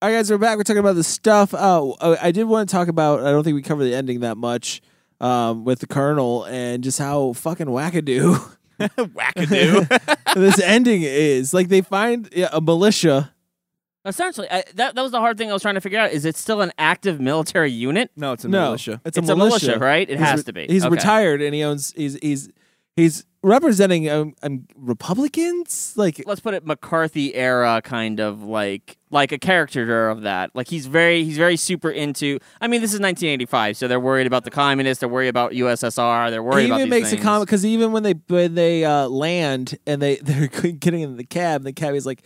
Speaker 1: All right, guys, we're back. We're talking about the stuff. Uh, I I did want to talk about. I don't think we covered the ending that much um, with the Colonel and just how fucking wackadoo [laughs] wackadoo [laughs] this ending is. Like they find yeah, a militia.
Speaker 4: [laughs] Essentially, I, that that was the hard thing I was trying to figure out. Is it still an active military unit?
Speaker 2: No, it's
Speaker 1: no,
Speaker 4: It's, a, militia. right? It
Speaker 1: He's
Speaker 4: has
Speaker 1: re-
Speaker 4: to be.
Speaker 1: He's
Speaker 4: Okay.
Speaker 1: retired and he owns. He's he's he's representing um, um, Republicans. Like
Speaker 4: Let's put it McCarthy era kind of like like a character of that. Like he's very he's very super into. I mean, this is 1985, so they're worried about the communists. They're worried about USSR. They're worried
Speaker 1: he
Speaker 4: about
Speaker 1: even
Speaker 4: these
Speaker 1: makes
Speaker 4: things.
Speaker 1: a comment because even when they when they uh, land and they [laughs] they're getting in the cab, the cabbie's like,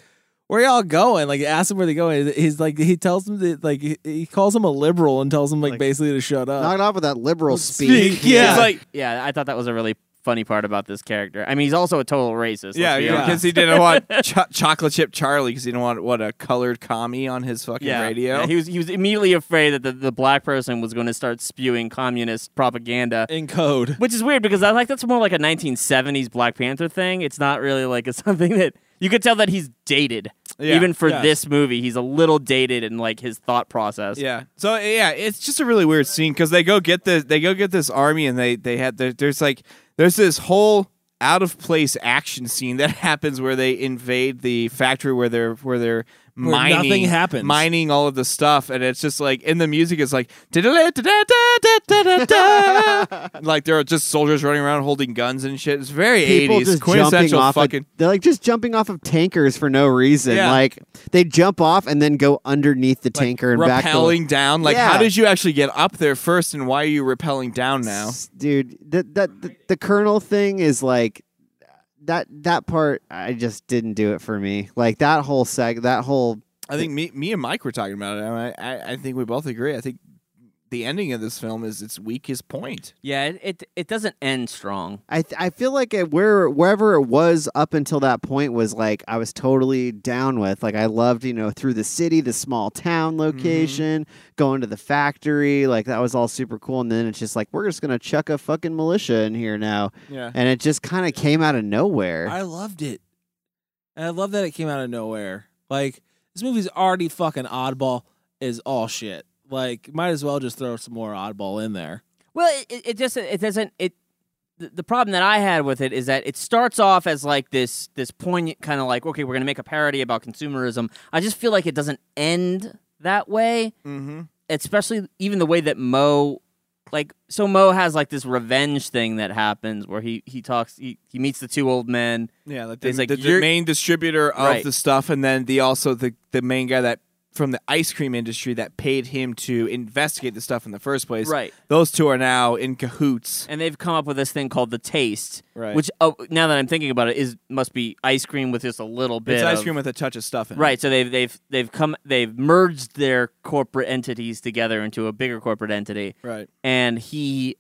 Speaker 1: "Where y'all going?" Like, ask him where they going. He's like, he tells him that like he, he calls him a liberal and tells him like, basically to shut
Speaker 2: Uh,
Speaker 1: up.
Speaker 3: Knock it off with that liberal
Speaker 1: speak,
Speaker 3: speak.
Speaker 1: yeah.
Speaker 4: He's like, yeah, I thought that was a really funny part about this character. I mean, he's also a total racist.
Speaker 2: Yeah,
Speaker 4: let's be
Speaker 2: yeah,
Speaker 4: honest.
Speaker 2: because he
Speaker 4: [laughs]
Speaker 2: didn't want cho- chocolate chip Charlie because he didn't want what a colored commie on his fucking
Speaker 4: yeah,
Speaker 2: radio.
Speaker 4: yeah, he was he was immediately afraid that the, the black person was going to start spewing communist propaganda
Speaker 1: in code,
Speaker 4: which is weird because I like that's more like a 1970s Black Panther thing. It's not really like it's [laughs] something that you could tell that he's dated.
Speaker 2: Yeah,
Speaker 4: Even for
Speaker 2: yes.
Speaker 4: this movie, he's a little dated in like his thought process.
Speaker 2: Yeah. So yeah, it's just a really weird scene because they go get the they go get this army and they they had there, there's like there's this whole out of place action scene that [laughs] happens where they invade the factory where they're where they're
Speaker 1: Where
Speaker 2: mining
Speaker 1: nothing happens.
Speaker 2: mining all of the stuff and it's just like and the music is like [laughs] "Da-da-da-da-da-da-da-da." like there are just soldiers running around holding guns and shit. It's very
Speaker 3: People
Speaker 2: 80s
Speaker 3: just jumping
Speaker 2: quintessential
Speaker 3: off. of-
Speaker 2: fucking
Speaker 3: they're like just jumping off of tankers for no reason.
Speaker 2: Yeah.
Speaker 3: Like they jump off and then go underneath the tanker and back. to-
Speaker 2: rappelling down. Like,
Speaker 3: Yeah.
Speaker 2: how did you actually get up there first, and why are you rappelling down now?
Speaker 3: dude that that the, the colonel thing is like that that part i just didn't do it for me like that whole seg that whole
Speaker 2: I think me, me and Mike were talking about it. and I, I, I think we both agree. I think the ending of this film is its weakest point.
Speaker 4: Yeah, it it, it doesn't end strong.
Speaker 3: I, th- I feel like it, where wherever it was up until that point was like I was totally down with like I loved you know through the city the small
Speaker 2: Mm-hmm.
Speaker 3: town location going to the factory like that was all super cool and then it's just like we're just gonna chuck a fucking militia in here now
Speaker 1: Yeah.
Speaker 3: and it just kind of came out of nowhere
Speaker 1: I loved it, and I love that it came out of nowhere. Like this movie's already fucking oddball is all shit. Like might as well just throw some more oddball in there.
Speaker 4: Well, it- it, it just it doesn't it. The the problem that I had with it is that it starts off as like this this poignant kind of like okay we're gonna make a parody about consumerism. I just feel like it doesn't end that way.
Speaker 2: Mm-hmm.
Speaker 4: especially even the way that Mo like so Mo has like this revenge thing that happens where he he talks he, he meets the two old men.
Speaker 2: Yeah, like
Speaker 4: He's
Speaker 2: the, the, the
Speaker 4: "You're-"
Speaker 2: main distributor of
Speaker 4: Right.
Speaker 2: the stuff, and then the also the the main guy that from the ice cream industry that paid him to investigate the stuff in the first place.
Speaker 4: Right.
Speaker 2: Those two are now in cahoots.
Speaker 4: and they've come up with this thing called the taste,
Speaker 2: Right.
Speaker 4: which oh, now that I'm thinking about it is must be ice cream with just a little bit
Speaker 2: It's ice
Speaker 4: of-
Speaker 2: cream with a touch of stuff in it.
Speaker 4: Right, so they've they've they've come they've merged their corporate entities together into a bigger corporate entity.
Speaker 2: Right.
Speaker 4: And he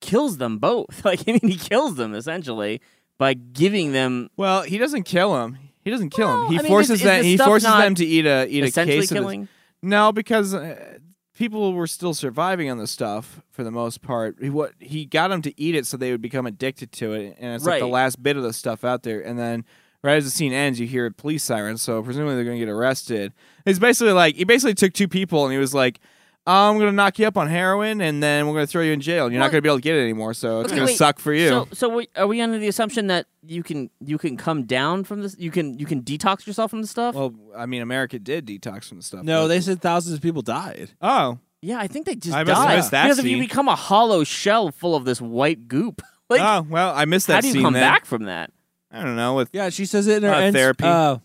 Speaker 4: kills them both. [laughs] Like I mean he kills them essentially by giving them
Speaker 2: Well, he doesn't kill him. He doesn't kill him. He
Speaker 4: I mean,
Speaker 2: forces
Speaker 4: is- is
Speaker 2: them.
Speaker 4: this
Speaker 2: he
Speaker 4: stuff
Speaker 2: forces
Speaker 4: not
Speaker 2: them to eat a eat a
Speaker 4: essentially
Speaker 2: case of
Speaker 4: killing?
Speaker 2: this. No, because uh, people were still surviving on the stuff for the most part. He what he got them to eat it so they would become addicted to it, and it's like the
Speaker 4: Right.
Speaker 2: last bit of the stuff out there. And then right as the scene ends, you hear police sirens. So presumably they're going to get arrested. It's basically like he basically took two people and he was like. I'm gonna knock you up on heroin, and then we're gonna throw you in jail. You're not
Speaker 4: Well-
Speaker 2: gonna be able to get it anymore, so it's
Speaker 4: Okay,
Speaker 2: gonna
Speaker 4: wait,
Speaker 2: suck for you.
Speaker 4: So, so we, are we under the assumption that you can you can come down from this? You can you can detox yourself from the stuff?
Speaker 2: well, I mean, America did detox from the stuff.
Speaker 1: No,
Speaker 2: but-
Speaker 1: they said thousands of people died.
Speaker 2: Oh,
Speaker 4: yeah, I think they just
Speaker 2: I must have
Speaker 4: die
Speaker 2: missed that
Speaker 4: because if you
Speaker 2: scene.
Speaker 4: become a hollow shell full of this white goop, [laughs] like
Speaker 2: oh well, I missed that.
Speaker 4: how do you
Speaker 2: scene
Speaker 4: come
Speaker 2: then.
Speaker 4: back from that?
Speaker 2: I don't know. With
Speaker 1: yeah, she says it in her
Speaker 2: uh,
Speaker 1: end-
Speaker 2: therapy.
Speaker 1: uh,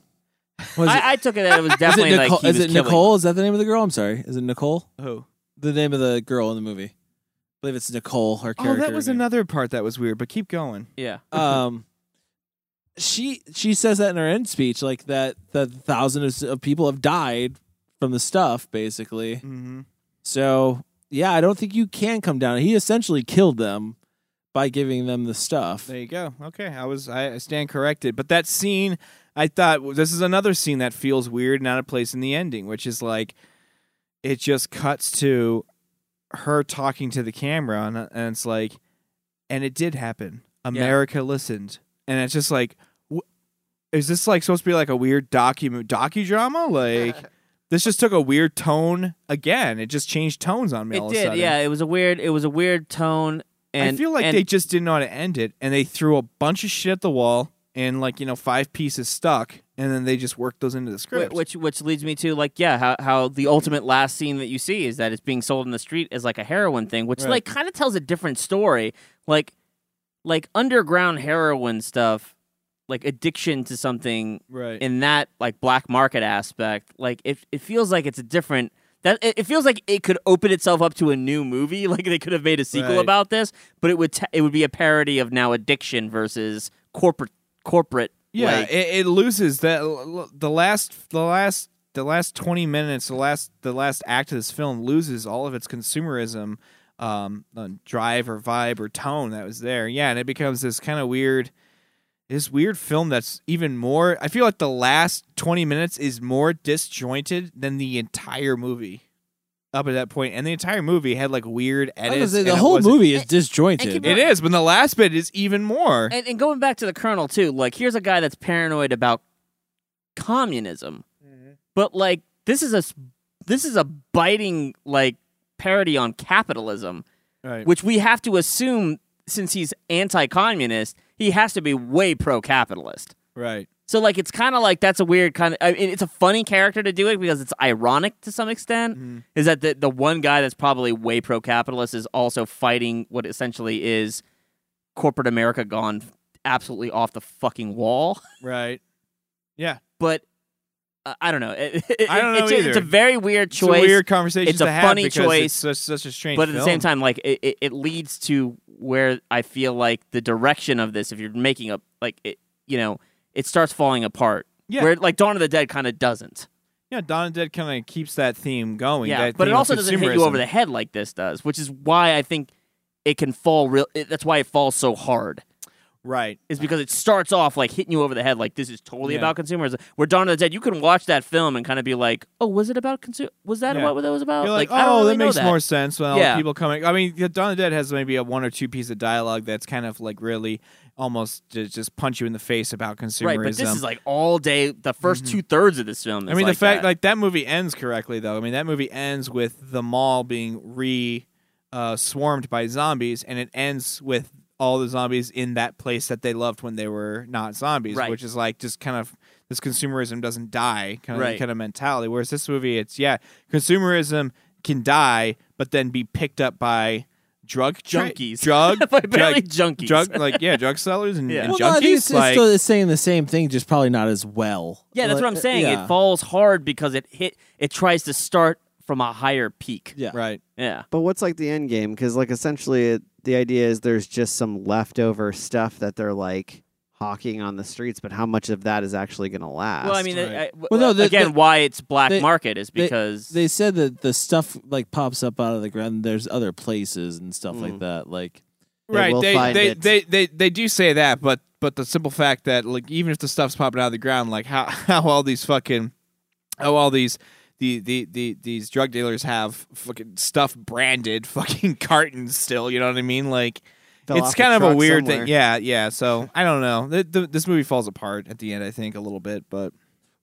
Speaker 1: was it-
Speaker 4: I, I took it
Speaker 2: [laughs]
Speaker 4: that it was
Speaker 1: Is
Speaker 4: definitely
Speaker 1: it Nicole,
Speaker 4: like he
Speaker 1: is
Speaker 4: was
Speaker 1: it
Speaker 4: killing.
Speaker 1: Nicole? Is that the name of the girl? I'm sorry. Is it Nicole?
Speaker 2: Who?
Speaker 1: The name of the girl in the movie. I believe it's Nicole. Her
Speaker 2: oh,
Speaker 1: character.
Speaker 2: that was
Speaker 1: name.
Speaker 2: another part that was weird. But keep going.
Speaker 4: Yeah.
Speaker 1: um she she says that in her end speech like that that thousands of people have died from the stuff basically
Speaker 4: Mm-hmm.
Speaker 2: Mhm.
Speaker 1: so yeah i don't think you can come down he essentially killed them by giving them the stuff
Speaker 2: There you go. Okay, I was I I stand corrected. But that scene, I thought well, this is another scene that feels weird and out of place in the ending, which is like it just cuts to her talking to the camera, and, uh, and it's like, and it did happen. America listened, and it's just like, wh- is this like supposed to be like a weird docu docudrama?
Speaker 4: [laughs]
Speaker 2: Like this just took a weird tone again. It just changed tones on me.
Speaker 4: It
Speaker 2: all Of a
Speaker 4: did,
Speaker 2: sudden.
Speaker 4: yeah. It was a weird it was a weird tone. And
Speaker 2: I feel like
Speaker 4: and-
Speaker 2: they just didn't know how to end it, and they threw a bunch of shit at the wall, and like you know, five pieces stuck, and then they just worked those into the
Speaker 4: Wh-
Speaker 2: script.
Speaker 4: Which which leads me to like yeah how how the ultimate last scene that you see is that it's being sold in the street as like a heroin thing, which
Speaker 2: Right.
Speaker 4: like kind of tells a different story. Like like underground heroin stuff, like addiction to something
Speaker 2: Right.
Speaker 4: in that like black market aspect. Like it it feels like it's a different that it, it feels like it could open itself up to a new movie. [laughs] Like they could have made a sequel
Speaker 2: Right.
Speaker 4: about this, but it would t- it would be a parody of now addiction versus corporate corporate
Speaker 2: yeah,
Speaker 4: like-
Speaker 2: it, it loses that the last, the last, the last twenty minutes, the last, the last act of this film loses all of its consumerism, um, uh, drive or vibe or tone that was there. Yeah, and it becomes this kind of weird. this weird film that's even more I feel like the last 20 minutes is more disjointed than the entire movie up at that point and the entire movie had like weird
Speaker 1: I was
Speaker 2: edits
Speaker 1: gonna say,
Speaker 2: and
Speaker 1: the
Speaker 2: it
Speaker 1: whole
Speaker 2: wasn't-
Speaker 1: movie is disjointed
Speaker 2: it is but the last bit is even more
Speaker 4: And, and going back to the colonel too, like here's a guy that's paranoid about communism, but like this is a s- this is a biting like parody on capitalism,
Speaker 2: Right.
Speaker 4: which we have to assume since he's anti-communist, he has to be way pro-capitalist.
Speaker 2: right
Speaker 4: So like it's kind of like that's a weird kind of I mean, it's a funny character to do it because it's ironic to some extent.
Speaker 2: Mm-hmm.
Speaker 4: Is that the the one guy that's probably way pro capitalist is also fighting what essentially is corporate America gone absolutely off the fucking wall. [laughs]
Speaker 2: right yeah
Speaker 4: But uh, I don't know. [laughs] It-
Speaker 2: I don't
Speaker 4: it-
Speaker 2: know
Speaker 4: it's, a-
Speaker 2: either.
Speaker 4: it's a very weird
Speaker 2: It's a
Speaker 4: choice.
Speaker 2: weird conversation
Speaker 4: It's a
Speaker 2: to have
Speaker 4: funny
Speaker 2: because
Speaker 4: choice.
Speaker 2: it's such- such a strange
Speaker 4: But at the same
Speaker 2: film.
Speaker 4: time, like it, it, it leads to where I feel like the direction of this, if you're making a like it, you know, it starts falling apart.
Speaker 2: Yeah.
Speaker 4: Where like Dawn of the Dead kind of doesn't.
Speaker 2: yeah Dawn of the Dead kind of keeps that theme going
Speaker 4: yeah,
Speaker 2: that
Speaker 4: but it
Speaker 2: theme of
Speaker 4: also doesn't hit you over
Speaker 2: consumerism.
Speaker 4: the head like this does, which is why I think it can fall real. It, that's why it falls so hard.
Speaker 2: Right.
Speaker 4: Is because it starts off like hitting you over the head, like this is totally
Speaker 2: Uh-huh. Yeah.
Speaker 4: about consumerism. Where Dawn of the Dead, you can watch that film and kind of be like, "Oh, was it about consumer? Was that
Speaker 2: Yeah.
Speaker 4: what that was about?"
Speaker 2: You're like,
Speaker 4: I don't
Speaker 2: oh,
Speaker 4: really
Speaker 2: that
Speaker 4: know
Speaker 2: makes
Speaker 4: that.
Speaker 2: more sense when all
Speaker 4: Yeah.
Speaker 2: the people coming. I mean, yeah, Dawn of the Dead has maybe a one or two piece of dialogue that's kind of like really almost to just punch you in the face about consumerism.
Speaker 4: right? But this is like all day. The 1st
Speaker 1: Mm-hmm.
Speaker 4: two thirds of this film.
Speaker 2: I
Speaker 4: is
Speaker 2: mean,
Speaker 4: like
Speaker 2: the fact
Speaker 4: that.
Speaker 2: like that movie ends correctly though. I mean, that movie ends with the mall being re uh, swarmed by zombies, and it ends with all the zombies in that place that they loved when they were not zombies,
Speaker 4: Right.
Speaker 2: which is like just kind of this consumerism doesn't die kind of
Speaker 4: Right.
Speaker 2: kind of mentality. Whereas this movie, it's yeah, consumerism can die, but then be picked up by drug tra-
Speaker 4: [laughs] Junkies.
Speaker 2: drug
Speaker 4: By barely
Speaker 2: drug-
Speaker 4: junkies.
Speaker 2: drug like yeah, drug
Speaker 4: [laughs]
Speaker 2: sellers and, and
Speaker 1: well, no, I
Speaker 2: junkies.
Speaker 1: think it's, it's
Speaker 2: like,
Speaker 1: still saying the same thing, just probably not as well.
Speaker 4: Yeah, that's
Speaker 1: Like,
Speaker 4: what I'm
Speaker 1: uh,
Speaker 4: saying.
Speaker 1: yeah.
Speaker 4: It falls hard because it hit. It tries to start from a higher peak.
Speaker 1: Yeah.
Speaker 2: Right.
Speaker 4: Yeah.
Speaker 3: But what's like the end game? Because like essentially, it, the idea is there's just some leftover stuff that they're like hawking on the streets, but how much of that is actually going to last?
Speaker 4: Well, I mean, I- I-
Speaker 1: Well, no, the-
Speaker 4: again,
Speaker 1: the-
Speaker 4: why it's black
Speaker 1: they-
Speaker 4: market is
Speaker 1: they-
Speaker 4: because
Speaker 1: they, said that the stuff like pops up out of the ground. There's other places and stuff like
Speaker 4: Mm.
Speaker 1: that. Like
Speaker 2: right they they, they they they do say that but but the simple fact that like even if the stuff's popping out of the ground like how [laughs] how all these fucking how all these the, the, the these drug dealers have fucking stuff branded [laughs] fucking cartons still you know what i mean like
Speaker 3: Fell
Speaker 2: it's
Speaker 3: off the
Speaker 2: kind of a
Speaker 3: truck
Speaker 2: weird
Speaker 3: somewhere.
Speaker 2: thing yeah yeah so i don't know Th th this movie falls apart at the end i think a little bit but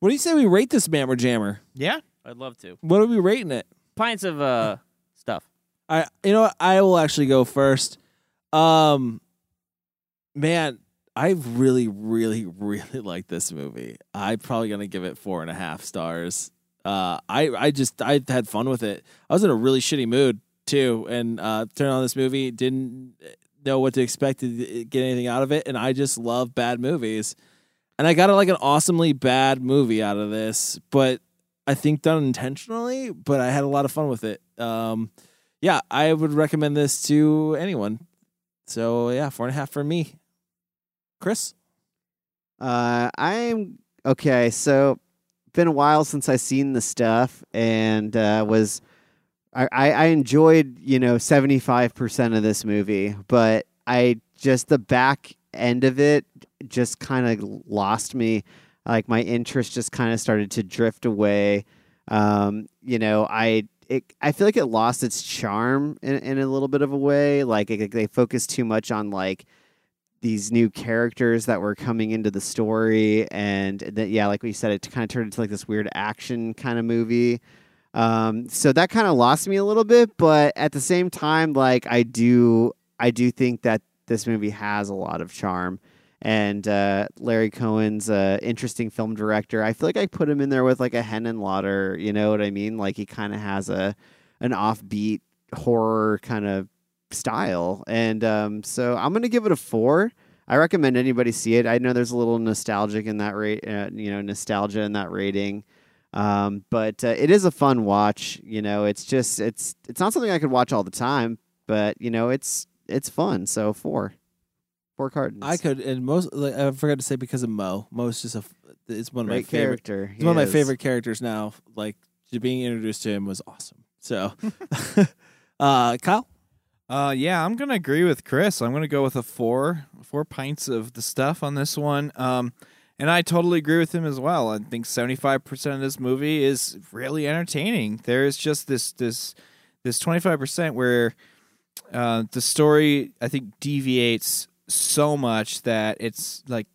Speaker 1: what do you say we rate this Mammer Jammer?
Speaker 2: yeah
Speaker 4: I'd love to.
Speaker 1: What are we rating it?
Speaker 4: Pints of uh stuff.
Speaker 1: I you know what? I will actually go first. Um man, I really, really, really [laughs] like this movie. I'm probably gonna give it four and a half stars. Uh I, I just I had fun with it. I was in a really shitty mood too, and uh turned on this movie, didn't know what to expect to get anything out of it, and I just love bad movies. And I got like an awesomely bad movie out of this, but I think done intentionally, but I had a lot of fun with it. Um yeah, I would recommend this to anyone. So yeah, four and a half for me. Chris,
Speaker 3: Uh, I'm okay. So, been a while since I seen the stuff, and uh, was I, I I enjoyed you know seventy five percent of this movie, but I just the back end of it just kind of lost me. Like my interest just kind of started to drift away. Um, you know, I it, I feel like it lost its charm in, in a little bit of a way. Like it, they focused too much on like these new characters that were coming into the story and that yeah like we said it kind of turned into like this weird action kind of movie um, so that kind of lost me a little bit but at the same time like i do i do think that this movie has a lot of charm and uh, larry cohen's uh, interesting film director i feel like i put him in there with like a henan lauder you know what i mean like he kind of has a an offbeat horror kind of style. And um, so I'm going to give it a four. I recommend anybody see it. I know there's a little nostalgic in that rate, uh, you know, nostalgia in that rating. Um, but uh, it is a fun watch. You know, it's just it's it's not something I could watch all the time, but you know, it's it's fun. So four, four cartons.
Speaker 1: I could and most like, I forgot to say because of Mo. Mo's just a f- it's one of
Speaker 3: Great
Speaker 1: my favorite
Speaker 3: character.
Speaker 1: It's
Speaker 3: He
Speaker 1: one of my
Speaker 3: is.
Speaker 1: favorite characters now. Like to being introduced to him was awesome. So, [laughs] uh, Kyle,
Speaker 2: Uh, yeah, I'm gonna agree with Chris. I'm gonna go with a four, four pints of the stuff on this one. Um, and I totally agree with him as well. I think 75 percent of this movie is really entertaining. There is just this, this, this 25 percent where uh, the story I think deviates so much that it's like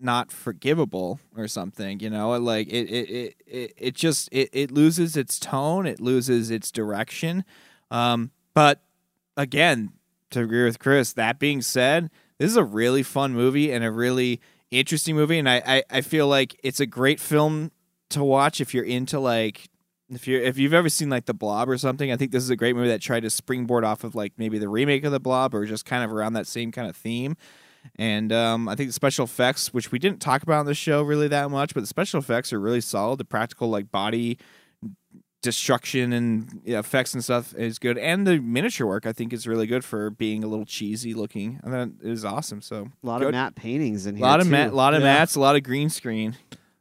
Speaker 2: not forgivable or something. You know, like it it it it, it just it, it loses its tone, it loses its direction. Um, but again, to agree with Chris, that being said, this is a really fun movie and a really interesting movie, and I I, I feel like it's a great film to watch if you're into like if you if you've ever seen like the blob or something i think this is a great movie that tried to springboard off of like maybe the remake of the blob or just kind of around that same kind of theme and um, i think the special effects which we didn't talk about on the show really that much but the special effects are really solid the practical like body destruction and yeah, effects and stuff is good and the miniature work i think is really good for being a little cheesy looking and then it is awesome so
Speaker 3: a lot
Speaker 2: go-
Speaker 3: of matte paintings in
Speaker 2: a
Speaker 3: here.
Speaker 2: lot of
Speaker 3: too.
Speaker 2: mat, a lot of
Speaker 3: Yeah.
Speaker 2: mats a lot of green screen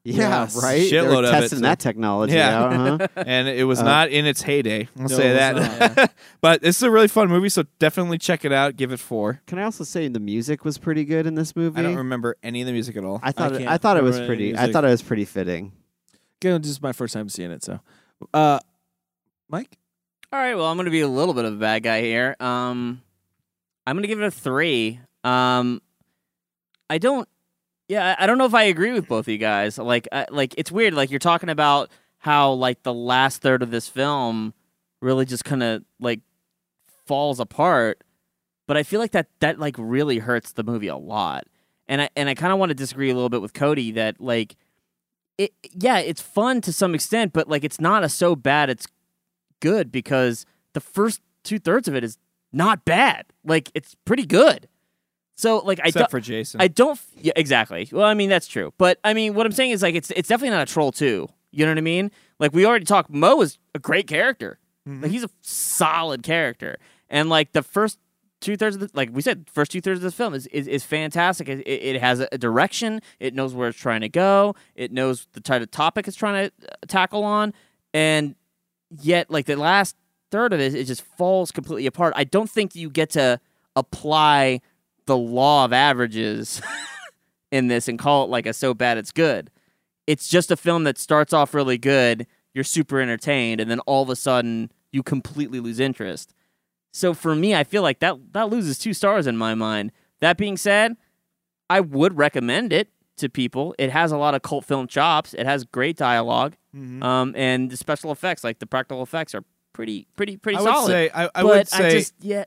Speaker 3: Yeah,
Speaker 2: Yes.
Speaker 3: right. They were
Speaker 2: Shitload of it,
Speaker 3: testing
Speaker 2: so-
Speaker 3: that technology out,
Speaker 2: [laughs]
Speaker 3: huh?
Speaker 4: uh-huh.
Speaker 2: and it was
Speaker 3: Uh,
Speaker 2: not in its heyday. I'll
Speaker 3: No,
Speaker 2: say
Speaker 3: it was
Speaker 2: that. [laughs] but this is a really fun movie, so definitely check it out. Give it four.
Speaker 3: Can I also say the music was pretty good in this movie?
Speaker 2: I don't remember any of the music at all.
Speaker 3: I thought it, I thought it was pretty. I thought it was pretty fitting.
Speaker 1: again, this is my first time seeing it. So, uh, Mike,
Speaker 4: All right, well, I'm going to be a little bit of a bad guy here. Um, I'm going to give it a three. Um, I don't, yeah, I I don't know if I agree with both of you guys. Like, I, like it's weird. Like you're talking about how like the last third of this film really just kind of like falls apart. But I feel like that that like really hurts the movie a lot. And I and I kind of want to disagree a little bit with Cody that like it yeah, it's fun to some extent, but like it's not a so bad it's good because the first two thirds of it is not bad. Like it's pretty good. So like I
Speaker 2: Except
Speaker 4: don't-
Speaker 2: for Jason.
Speaker 4: I don't. f- Yeah, exactly. Well, I mean that's true. But I mean what I'm saying is like it's it's definitely not a troll too. You know what I mean? Like we already talked. Mo is a great character. Like he's a solid character. And like the first two thirds of the like we said, first two thirds of this film is is, is fantastic. It, it, it has a direction. It knows where it's trying to go. It knows the type of topic it's trying to uh, tackle on. And yet like the last third of it, it just falls completely apart. I don't think you get to apply the law of averages in this and call it like a so bad it's good. It's just a film that starts off really good, you're super entertained, and then all of a sudden you completely lose interest. So for me, I feel like that that loses two stars in my mind. That being said, I would recommend it to people. It has a lot of cult film chops. It has great dialog
Speaker 2: Mhm.
Speaker 4: um, and the special effects, like the practical effects, are pretty, pretty, pretty
Speaker 2: I would
Speaker 4: solid.
Speaker 2: say- I- I
Speaker 4: but
Speaker 2: would
Speaker 4: I
Speaker 2: say-
Speaker 4: just, yeah,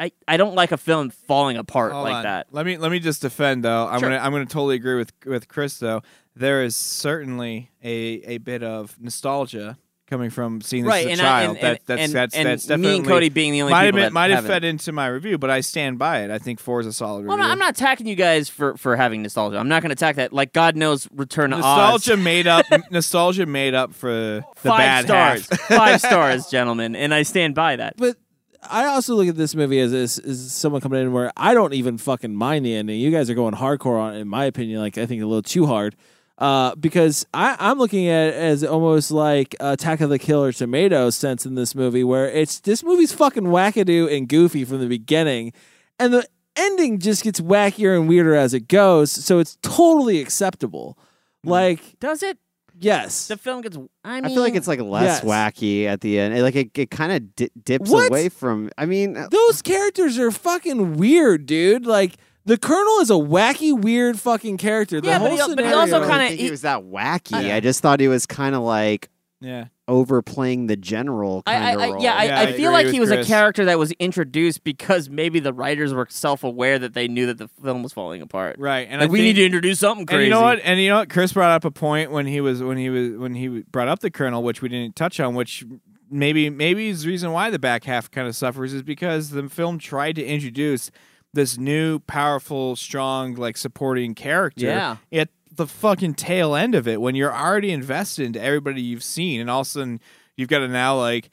Speaker 4: I, I don't like a film falling apart
Speaker 2: Hold
Speaker 4: like
Speaker 2: on.
Speaker 4: that.
Speaker 2: Let me let me just defend though. I'm
Speaker 4: Sure.
Speaker 2: gonna I'm gonna totally agree with with Chris though. There is certainly a a bit of nostalgia coming from seeing this
Speaker 4: Right,
Speaker 2: as a
Speaker 4: and I-
Speaker 2: child.
Speaker 4: and-
Speaker 2: that,
Speaker 4: and-
Speaker 2: that's
Speaker 4: and-
Speaker 2: that's
Speaker 4: and
Speaker 2: that's
Speaker 4: me and
Speaker 2: definitely
Speaker 4: Cody being the only
Speaker 2: might have
Speaker 4: people
Speaker 2: been-
Speaker 4: that
Speaker 2: might have
Speaker 4: haven't.
Speaker 2: fed into my review, but I stand by it. I think four is a solid
Speaker 4: Well, I'm
Speaker 2: review.
Speaker 4: not, I'm not attacking you guys for, for having nostalgia. I'm not going to attack that. Like God knows, Return to
Speaker 2: nostalgia
Speaker 4: Oz.
Speaker 2: made up [laughs] nostalgia made up for the
Speaker 4: Five
Speaker 2: bad half.
Speaker 4: stars,
Speaker 2: [laughs]
Speaker 4: five stars, gentlemen, and I stand by that.
Speaker 1: But I also look at this movie as as, as someone coming in where I don't even fucking mind the ending. You guys are going hardcore on, it, in my opinion. Like I think a little too hard, uh, because I, I'm looking at it as almost like Attack of the Killer Tomatoes sense in this movie, where it's this movie's fucking wackadoo and goofy from the beginning, and the ending just gets wackier and weirder as it goes. So it's totally acceptable. Like
Speaker 4: Does it?
Speaker 1: yes,
Speaker 4: The film gets. I mean,
Speaker 3: I feel like it's like
Speaker 1: Yes.
Speaker 3: less wacky at the end. It- Like it, it kind of di- dips
Speaker 1: What?
Speaker 3: away from. I mean, uh,
Speaker 1: Those characters are fucking weird, dude. Like the Colonel is a wacky, weird fucking character. The
Speaker 4: Yeah, but
Speaker 1: whole
Speaker 4: he- but he also
Speaker 3: I don't
Speaker 1: scenario-
Speaker 4: kinda- e
Speaker 3: think he
Speaker 4: he-
Speaker 3: was that wacky.
Speaker 1: I-
Speaker 3: I just thought he was kind of like
Speaker 2: Yeah.
Speaker 3: overplaying the general
Speaker 4: I,
Speaker 3: kind of
Speaker 4: I, I,
Speaker 3: role.
Speaker 4: yeah, I,
Speaker 2: Yeah,
Speaker 4: I
Speaker 2: I
Speaker 4: feel
Speaker 2: agree
Speaker 4: like
Speaker 2: with
Speaker 4: he was
Speaker 2: Chris.
Speaker 4: a character that was introduced because maybe the writers were self-aware that they knew that the film was falling apart.
Speaker 2: Right, and
Speaker 4: Like,
Speaker 2: I
Speaker 4: we
Speaker 2: think-
Speaker 4: need to introduce something crazy.
Speaker 2: And you know what? And you know what? Chris brought up a point when he was when he was when he brought up the colonel, which we didn't touch on, which maybe maybe is the reason why the back half kind of suffers is because the film tried to introduce this new powerful, strong, like supporting character.
Speaker 4: Yeah.
Speaker 2: At the fucking tail end of it, when you're already invested into everybody you've seen, and all of a sudden you've got to now like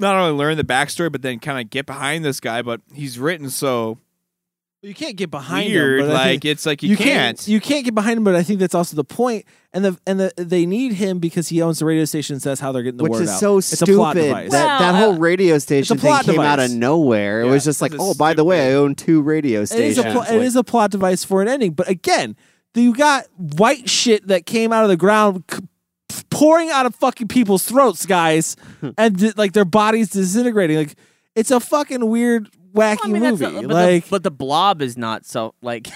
Speaker 2: not only learn the backstory, but then kind of get behind this guy. But he's written so
Speaker 1: you can't get behind him,
Speaker 2: weird,
Speaker 1: but I think-
Speaker 2: like it's like you, can't.
Speaker 1: You can't get behind him, but I think that's also the point. And the and the, they need him because he owns the radio stations. That's how they're getting the
Speaker 3: Which
Speaker 1: word
Speaker 3: is
Speaker 1: out.
Speaker 3: so
Speaker 1: it's
Speaker 3: stupid.
Speaker 1: A plot device.
Speaker 3: that that whole radio station thing
Speaker 1: plot
Speaker 3: came out of
Speaker 1: device.
Speaker 3: nowhere. It was just like, oh, by the way, I own two radio
Speaker 1: it is
Speaker 3: stations.
Speaker 1: a pl- it is a plot device for an ending. But again, you got white shit that came out of the ground. c- Pouring out of fucking people's throats, guys, and di- like their bodies disintegrating. Like it's a fucking weird, wacky
Speaker 4: I mean, that's
Speaker 1: movie.
Speaker 4: not- but
Speaker 1: like
Speaker 4: the, but the blob is not so like.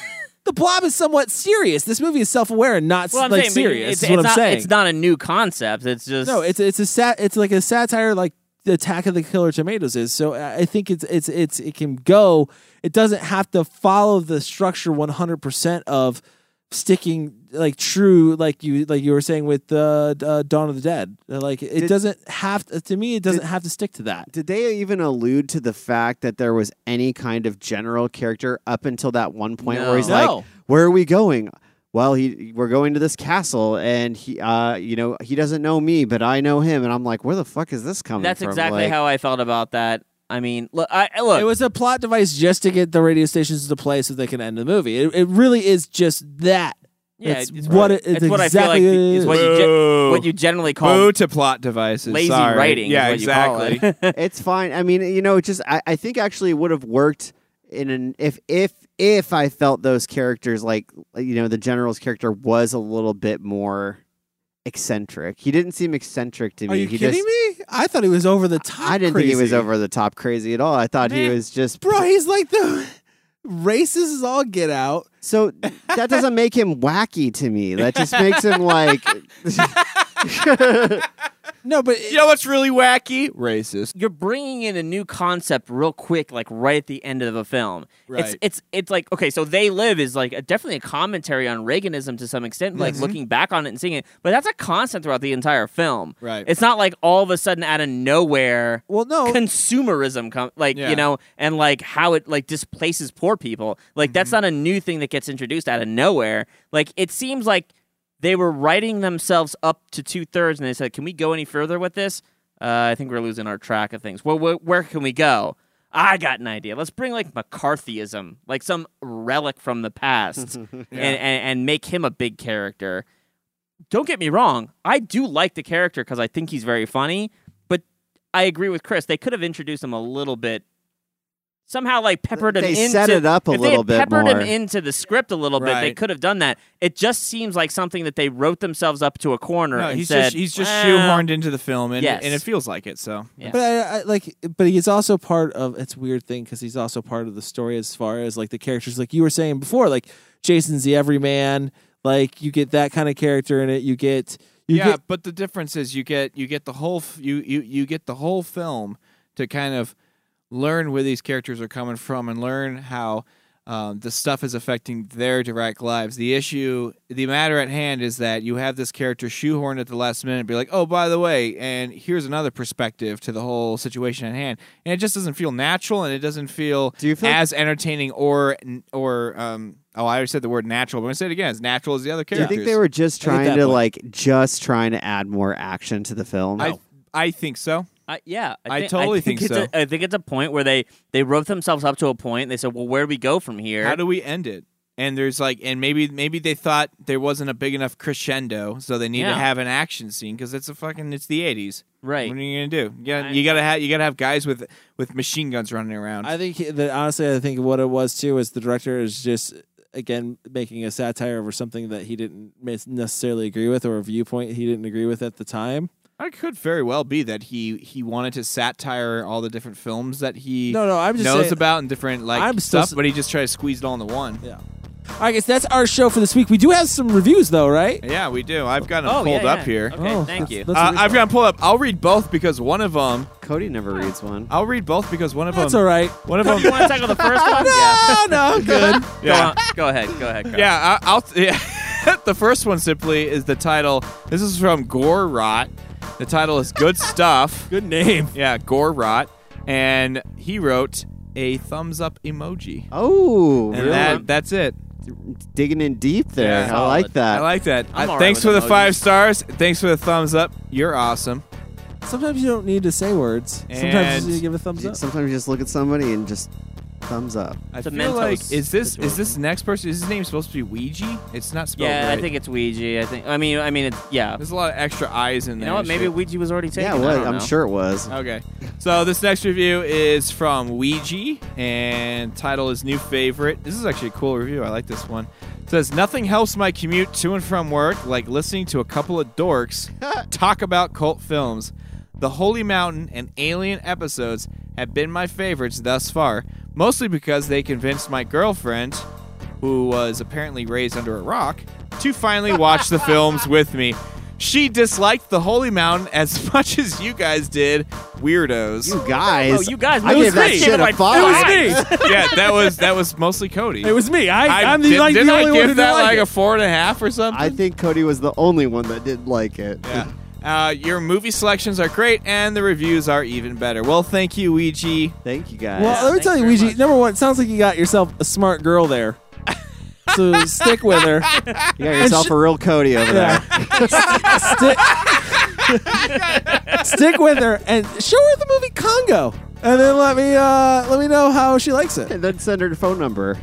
Speaker 1: the blob is somewhat serious. This movie is self-aware and not
Speaker 4: well, I'm
Speaker 1: like
Speaker 4: saying, but
Speaker 1: serious.
Speaker 4: It's,
Speaker 1: is what
Speaker 4: it's
Speaker 1: I'm
Speaker 4: not,
Speaker 1: saying.
Speaker 4: It's not a new concept. It's just
Speaker 1: no, it's it's a sat. It's like a satire, like the Attack of the Killer Tomatoes is. So I I think it's it's it's it can go. It doesn't have to follow the structure 100 percent of sticking like true, like you like you were saying with uh, uh, Dawn of the Dead. Like it
Speaker 3: Did-
Speaker 1: doesn't have uh, to, to me. It doesn't have to stick to that.
Speaker 3: Did they even allude to the fact that there was any kind of general character up until that one point where he's
Speaker 1: No.
Speaker 3: like,
Speaker 1: No.
Speaker 3: "Where are we going?" Well, he we're going to this castle, and he, uh, you know, he doesn't know me, but I know him, and I'm like, "Where the fuck is this coming?"
Speaker 4: That's
Speaker 3: from?"
Speaker 4: exactly
Speaker 3: Like,
Speaker 4: how I felt about that. I mean, look, I I- look.
Speaker 1: It was a plot device just to get the radio stations to play so they can end the movie. It, it really is just that.
Speaker 4: yeah,
Speaker 1: it's,
Speaker 4: it's
Speaker 1: what
Speaker 4: right.
Speaker 1: it, it's,
Speaker 4: It's what I feel
Speaker 1: exactly
Speaker 4: like
Speaker 1: it
Speaker 4: is what you ge- what you generally call
Speaker 2: Boo to plot devices.
Speaker 4: lazy
Speaker 2: Sorry.
Speaker 4: writing is
Speaker 2: Yeah,
Speaker 4: what you call [laughs]
Speaker 2: exactly.
Speaker 4: it.
Speaker 3: it's fine. I mean, you know, it just I, I think actually it would have worked in an if if if I felt those characters like you know the general's character was a little bit more eccentric. He didn't seem eccentric to me.
Speaker 1: Are you
Speaker 3: he
Speaker 1: kidding
Speaker 3: just,
Speaker 1: me? I thought he was over the top.
Speaker 3: I didn't think he was
Speaker 1: crazy.
Speaker 3: over the top crazy at all. I thought he
Speaker 1: Meh.
Speaker 3: was just
Speaker 1: Bro, he's like the [laughs] racist as all get out.
Speaker 3: so that
Speaker 1: [laughs]
Speaker 3: doesn't make him wacky to me. That just makes him like
Speaker 1: No, but
Speaker 2: you know what's really wacky? Racist.
Speaker 4: You're bringing in a new concept real quick, like right at the end of a film. It's
Speaker 2: Right.
Speaker 4: it's it's like okay, so they live is like a, definitely a commentary on Reaganism to some extent, like
Speaker 2: Mhm.
Speaker 4: looking back on it and seeing it. But that's a constant throughout the entire film.
Speaker 2: Right.
Speaker 4: It's not like all of a sudden out of nowhere.
Speaker 1: Well, no.
Speaker 4: [laughs] Consumerism, com- like
Speaker 2: Yeah.
Speaker 4: you know, and like how it like displaces poor people. Like that's not a new thing that gets introduced out of nowhere. Like it seems like they were writing themselves up to two thirds, and they said, "Can we go any further with this?" Uh, I think we're losing our track of things. Well, wh- where can we go? I got an idea. Let's bring like McCarthyism, like some relic from the past, and,
Speaker 11: Yeah.
Speaker 4: and and make him a big character. Don't get me wrong, I do like the character because I think he's very funny. But I agree with Chris. They could have introduced him a little bit. Somehow, like peppered him
Speaker 3: They
Speaker 4: into
Speaker 3: set it up a
Speaker 4: if
Speaker 3: little
Speaker 4: they
Speaker 3: bit
Speaker 4: had peppered him
Speaker 3: more.
Speaker 4: into the script a little bit. They
Speaker 2: Right.
Speaker 4: could have done that. It just seems like something that they wrote themselves up to a corner.
Speaker 2: No,
Speaker 4: and
Speaker 2: he's
Speaker 4: said,
Speaker 2: just he's just
Speaker 4: "Well,
Speaker 2: shoehorned into the film, and
Speaker 4: yes.
Speaker 2: and it feels like it. So
Speaker 1: But I, I like, but he's also part of. It's a weird thing because he's also part of the story as far as like the characters, like you were saying before, like Jason's the everyman. Like you get that kind of character in it. You get you
Speaker 2: yeah,
Speaker 1: get
Speaker 2: but the difference is you get you get the whole f- you you you get the whole film to kind of learn where these characters are coming from and learn how um, the stuff is affecting their direct lives. The issue, the matter at hand, is that you have this character shoehorned at the last minute, and be like, oh, by the way, and here's another perspective to the whole situation at hand, and it just doesn't feel natural, and it doesn't feel, as entertaining or or um. Oh, I already said the word natural, but I'm gonna say it again. As natural as the other
Speaker 3: Do you
Speaker 2: characters.
Speaker 3: think they were just
Speaker 2: I get
Speaker 3: trying
Speaker 2: that
Speaker 3: to
Speaker 2: point.
Speaker 3: like just trying to add more action to the film? Oh,
Speaker 2: I I think so.
Speaker 4: I, yeah,
Speaker 2: I
Speaker 4: thi-
Speaker 2: totally think
Speaker 4: it's A, I think it's a point where they they wrote themselves up to a point. And they said, "Well, where do we go from here?"
Speaker 2: How do we end it? And there's like, and maybe maybe they thought there wasn't a big enough crescendo, so they need
Speaker 4: Yeah.
Speaker 2: to have an action scene because it's a fucking it's the '80s,
Speaker 4: right?
Speaker 2: What are you gonna do? You gotta, you gotta have you gotta have guys with with machine guns running around.
Speaker 1: I think he- that honestly, I think what it was too is the director is just again making a satire over something that he didn't mis- necessarily agree with or a viewpoint he didn't agree with at the time.
Speaker 2: I could very well be that he he wanted to satire all the different films that he
Speaker 1: No, no, I'm just
Speaker 2: knows
Speaker 1: saying-
Speaker 2: about and different like
Speaker 1: I'm still
Speaker 2: stuff,
Speaker 1: s-
Speaker 2: but he just tried to squeeze it all into one.
Speaker 1: Yeah. All right, guys, that's our show for this week. We do have some reviews though, right?
Speaker 2: Yeah, we do. I've got them
Speaker 1: Oh,
Speaker 2: pulled
Speaker 1: yeah,
Speaker 2: up
Speaker 1: yeah.
Speaker 2: here.
Speaker 1: Okay, Oh, thank that's- you.
Speaker 2: Uh,
Speaker 1: that's a good
Speaker 2: I've got them pulled up. I'll read both because one of them.
Speaker 3: Cody never reads one.
Speaker 2: I'll read both because one of
Speaker 1: That's
Speaker 2: them.
Speaker 1: all right.
Speaker 2: One of
Speaker 4: Oh,
Speaker 2: them.
Speaker 4: you want to tackle the first
Speaker 3: [laughs]
Speaker 4: one?
Speaker 1: no, no, good.
Speaker 2: [laughs] Yeah.
Speaker 4: Go, on. go ahead. Go ahead. Go ahead.
Speaker 2: Yeah, I, I'll. [laughs] Yeah. the first one simply is the title. This is from Gore Rot. The title is Good
Speaker 4: [laughs]
Speaker 2: Stuff.
Speaker 1: Good name.
Speaker 2: Yeah, Gore Rot. And he wrote a thumbs up emoji.
Speaker 3: Oh,
Speaker 2: And
Speaker 3: really?
Speaker 2: that, that's it.
Speaker 3: digging in deep there.
Speaker 2: Yeah.
Speaker 3: I like that.
Speaker 2: I like that.
Speaker 3: I'm
Speaker 2: Uh,
Speaker 3: all right
Speaker 2: thanks
Speaker 3: with
Speaker 2: for the
Speaker 3: emojis.
Speaker 2: five stars. Thanks for the thumbs up. You're awesome.
Speaker 1: Sometimes you don't need to say words. Sometimes
Speaker 2: And-
Speaker 1: you give a thumbs up.
Speaker 3: Sometimes you just look at somebody and just thumbs up.
Speaker 2: I
Speaker 4: It's a
Speaker 2: feel
Speaker 4: Mentos
Speaker 2: like is this is this next person? Is his name supposed to be Ouija? It's not spelled
Speaker 4: Yeah,
Speaker 2: right.
Speaker 4: I think it's Ouija. I think. I mean, I mean, it's, yeah.
Speaker 2: There's a lot of extra eyes in
Speaker 4: You
Speaker 2: there.
Speaker 4: know what?
Speaker 2: and
Speaker 4: Maybe
Speaker 2: shit.
Speaker 4: Ouija was already taken.
Speaker 3: Yeah,
Speaker 4: I
Speaker 3: well,
Speaker 4: don't
Speaker 3: I'm
Speaker 4: know.
Speaker 3: sure it was.
Speaker 2: Okay. So this next review is from Ouija and title is New Favorite. This is actually a cool review. I like this one. It says nothing helps my commute to and from work like listening to a couple of dorks talk about cult films. The Holy Mountain and Alien episodes have been my favorites thus far, mostly because they convinced my girlfriend, who was apparently raised under a rock, to finally watch the
Speaker 1: [laughs]
Speaker 2: films with me. She disliked the Holy Mountain as [laughs] much as you guys did, weirdos. You
Speaker 3: guys,
Speaker 4: Oh, you guys,
Speaker 3: I
Speaker 4: it was
Speaker 3: gave that
Speaker 4: me.
Speaker 3: shit a
Speaker 4: It was
Speaker 3: five.
Speaker 4: me.
Speaker 2: yeah, that was that was mostly Cody.
Speaker 1: It was me. I, am the
Speaker 2: did,
Speaker 1: like
Speaker 2: didn't
Speaker 1: the
Speaker 2: I
Speaker 1: only
Speaker 2: give
Speaker 1: one who
Speaker 2: that
Speaker 1: didn't like,
Speaker 2: like
Speaker 1: it.
Speaker 2: a four and a half or something.
Speaker 3: I think Cody was the only one that didn't like it.
Speaker 2: Yeah. Uh, your movie selections are great, and the reviews are even better. Well, thank you, Ouija.
Speaker 3: [laughs] Thank you guys.
Speaker 1: Well, let me tell you, Ouija. Number one, it sounds like you got yourself a smart girl there.
Speaker 2: [laughs]
Speaker 1: So stick with her.
Speaker 3: You got yourself a real Cody over there.
Speaker 1: stick, stick with her and show her the movie Congo, and then let me uh, let me know how she likes it.
Speaker 3: [laughs]
Speaker 1: Uh,
Speaker 3: And then send her phone number.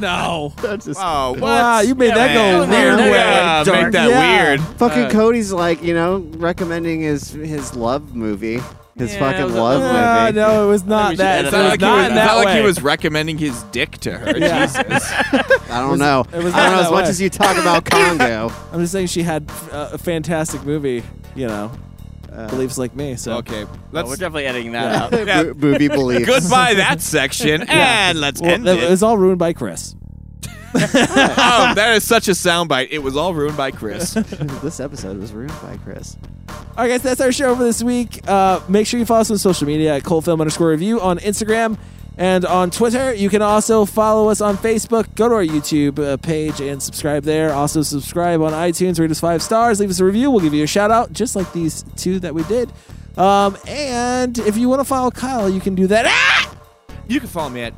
Speaker 1: no,
Speaker 3: that's just
Speaker 2: oh
Speaker 1: wow, you made that go weird. way. Dark. Yeah.
Speaker 3: Fucking Cody's like, you know, recommending his his love movie, his fucking love
Speaker 1: Yeah,
Speaker 3: movie.
Speaker 1: Uh, no, it was not that.
Speaker 2: It's
Speaker 1: It
Speaker 2: not,
Speaker 1: was
Speaker 2: like,
Speaker 1: not
Speaker 2: he was,
Speaker 1: in
Speaker 2: it's
Speaker 1: that
Speaker 2: not like he
Speaker 1: way.
Speaker 2: was recommending his dick to her.
Speaker 1: Yeah.
Speaker 2: Jesus.
Speaker 3: I don't know.
Speaker 1: It was not
Speaker 3: I don't know
Speaker 1: that
Speaker 3: as much
Speaker 1: way.
Speaker 3: as you talk about Congo.
Speaker 1: I'm just saying she had uh, a fantastic movie. You know, beliefs like me. So
Speaker 2: okay,
Speaker 4: Oh, we're definitely editing
Speaker 1: Yeah.
Speaker 4: that
Speaker 1: Yeah.
Speaker 4: out.
Speaker 1: Bo- booby beliefs. [laughs]
Speaker 3: [laughs]
Speaker 2: Goodbye that section,
Speaker 1: Yeah.
Speaker 2: and let's
Speaker 1: Well,
Speaker 2: end
Speaker 1: that-
Speaker 2: it.
Speaker 1: It was all ruined by Chris. [laughs]
Speaker 2: oh, that is such a soundbite. It was all ruined by Chris.
Speaker 3: this episode was ruined by Chris.
Speaker 1: All right, guys, that's our show for this week. Uh, make sure you follow us on social media at Film underscore review on Instagram and on Twitter. You can also follow us on Facebook. Go to our YouTube uh, page and subscribe there. Also, subscribe on iTunes. Rate us five stars. Leave us a review. We'll give you a shout out, just like these two that we did. Um, and if you want to follow Kyle, you can do that. Ah!
Speaker 2: You can follow me at.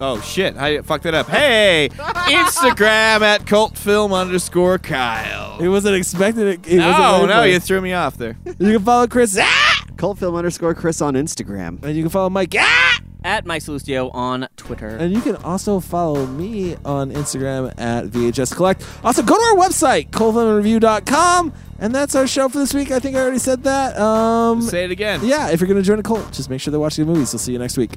Speaker 2: Oh shit! I fucked that
Speaker 1: [laughs]
Speaker 2: up. Hey, Instagram at cultfilm underscore Kyle.
Speaker 1: It wasn't expected. It, it
Speaker 2: no,
Speaker 1: wasn't
Speaker 2: no,
Speaker 1: very-
Speaker 2: you threw me off
Speaker 1: [laughs]
Speaker 2: there.
Speaker 1: You can follow Chris. Ah!
Speaker 3: Cultfilm underscore Chris on Instagram.
Speaker 1: And you can follow Mike. Ah!
Speaker 4: At Mike Salustio on Twitter.
Speaker 1: And you can also follow me on Instagram at VHS Collect. Also, go to our website, coldfilmreview.com. And that's our show for this week. I think I already said that. Um,
Speaker 2: Say it again.
Speaker 1: Yeah, if you're going to join a cult, just make sure they're watching the movies. We'll see you next week.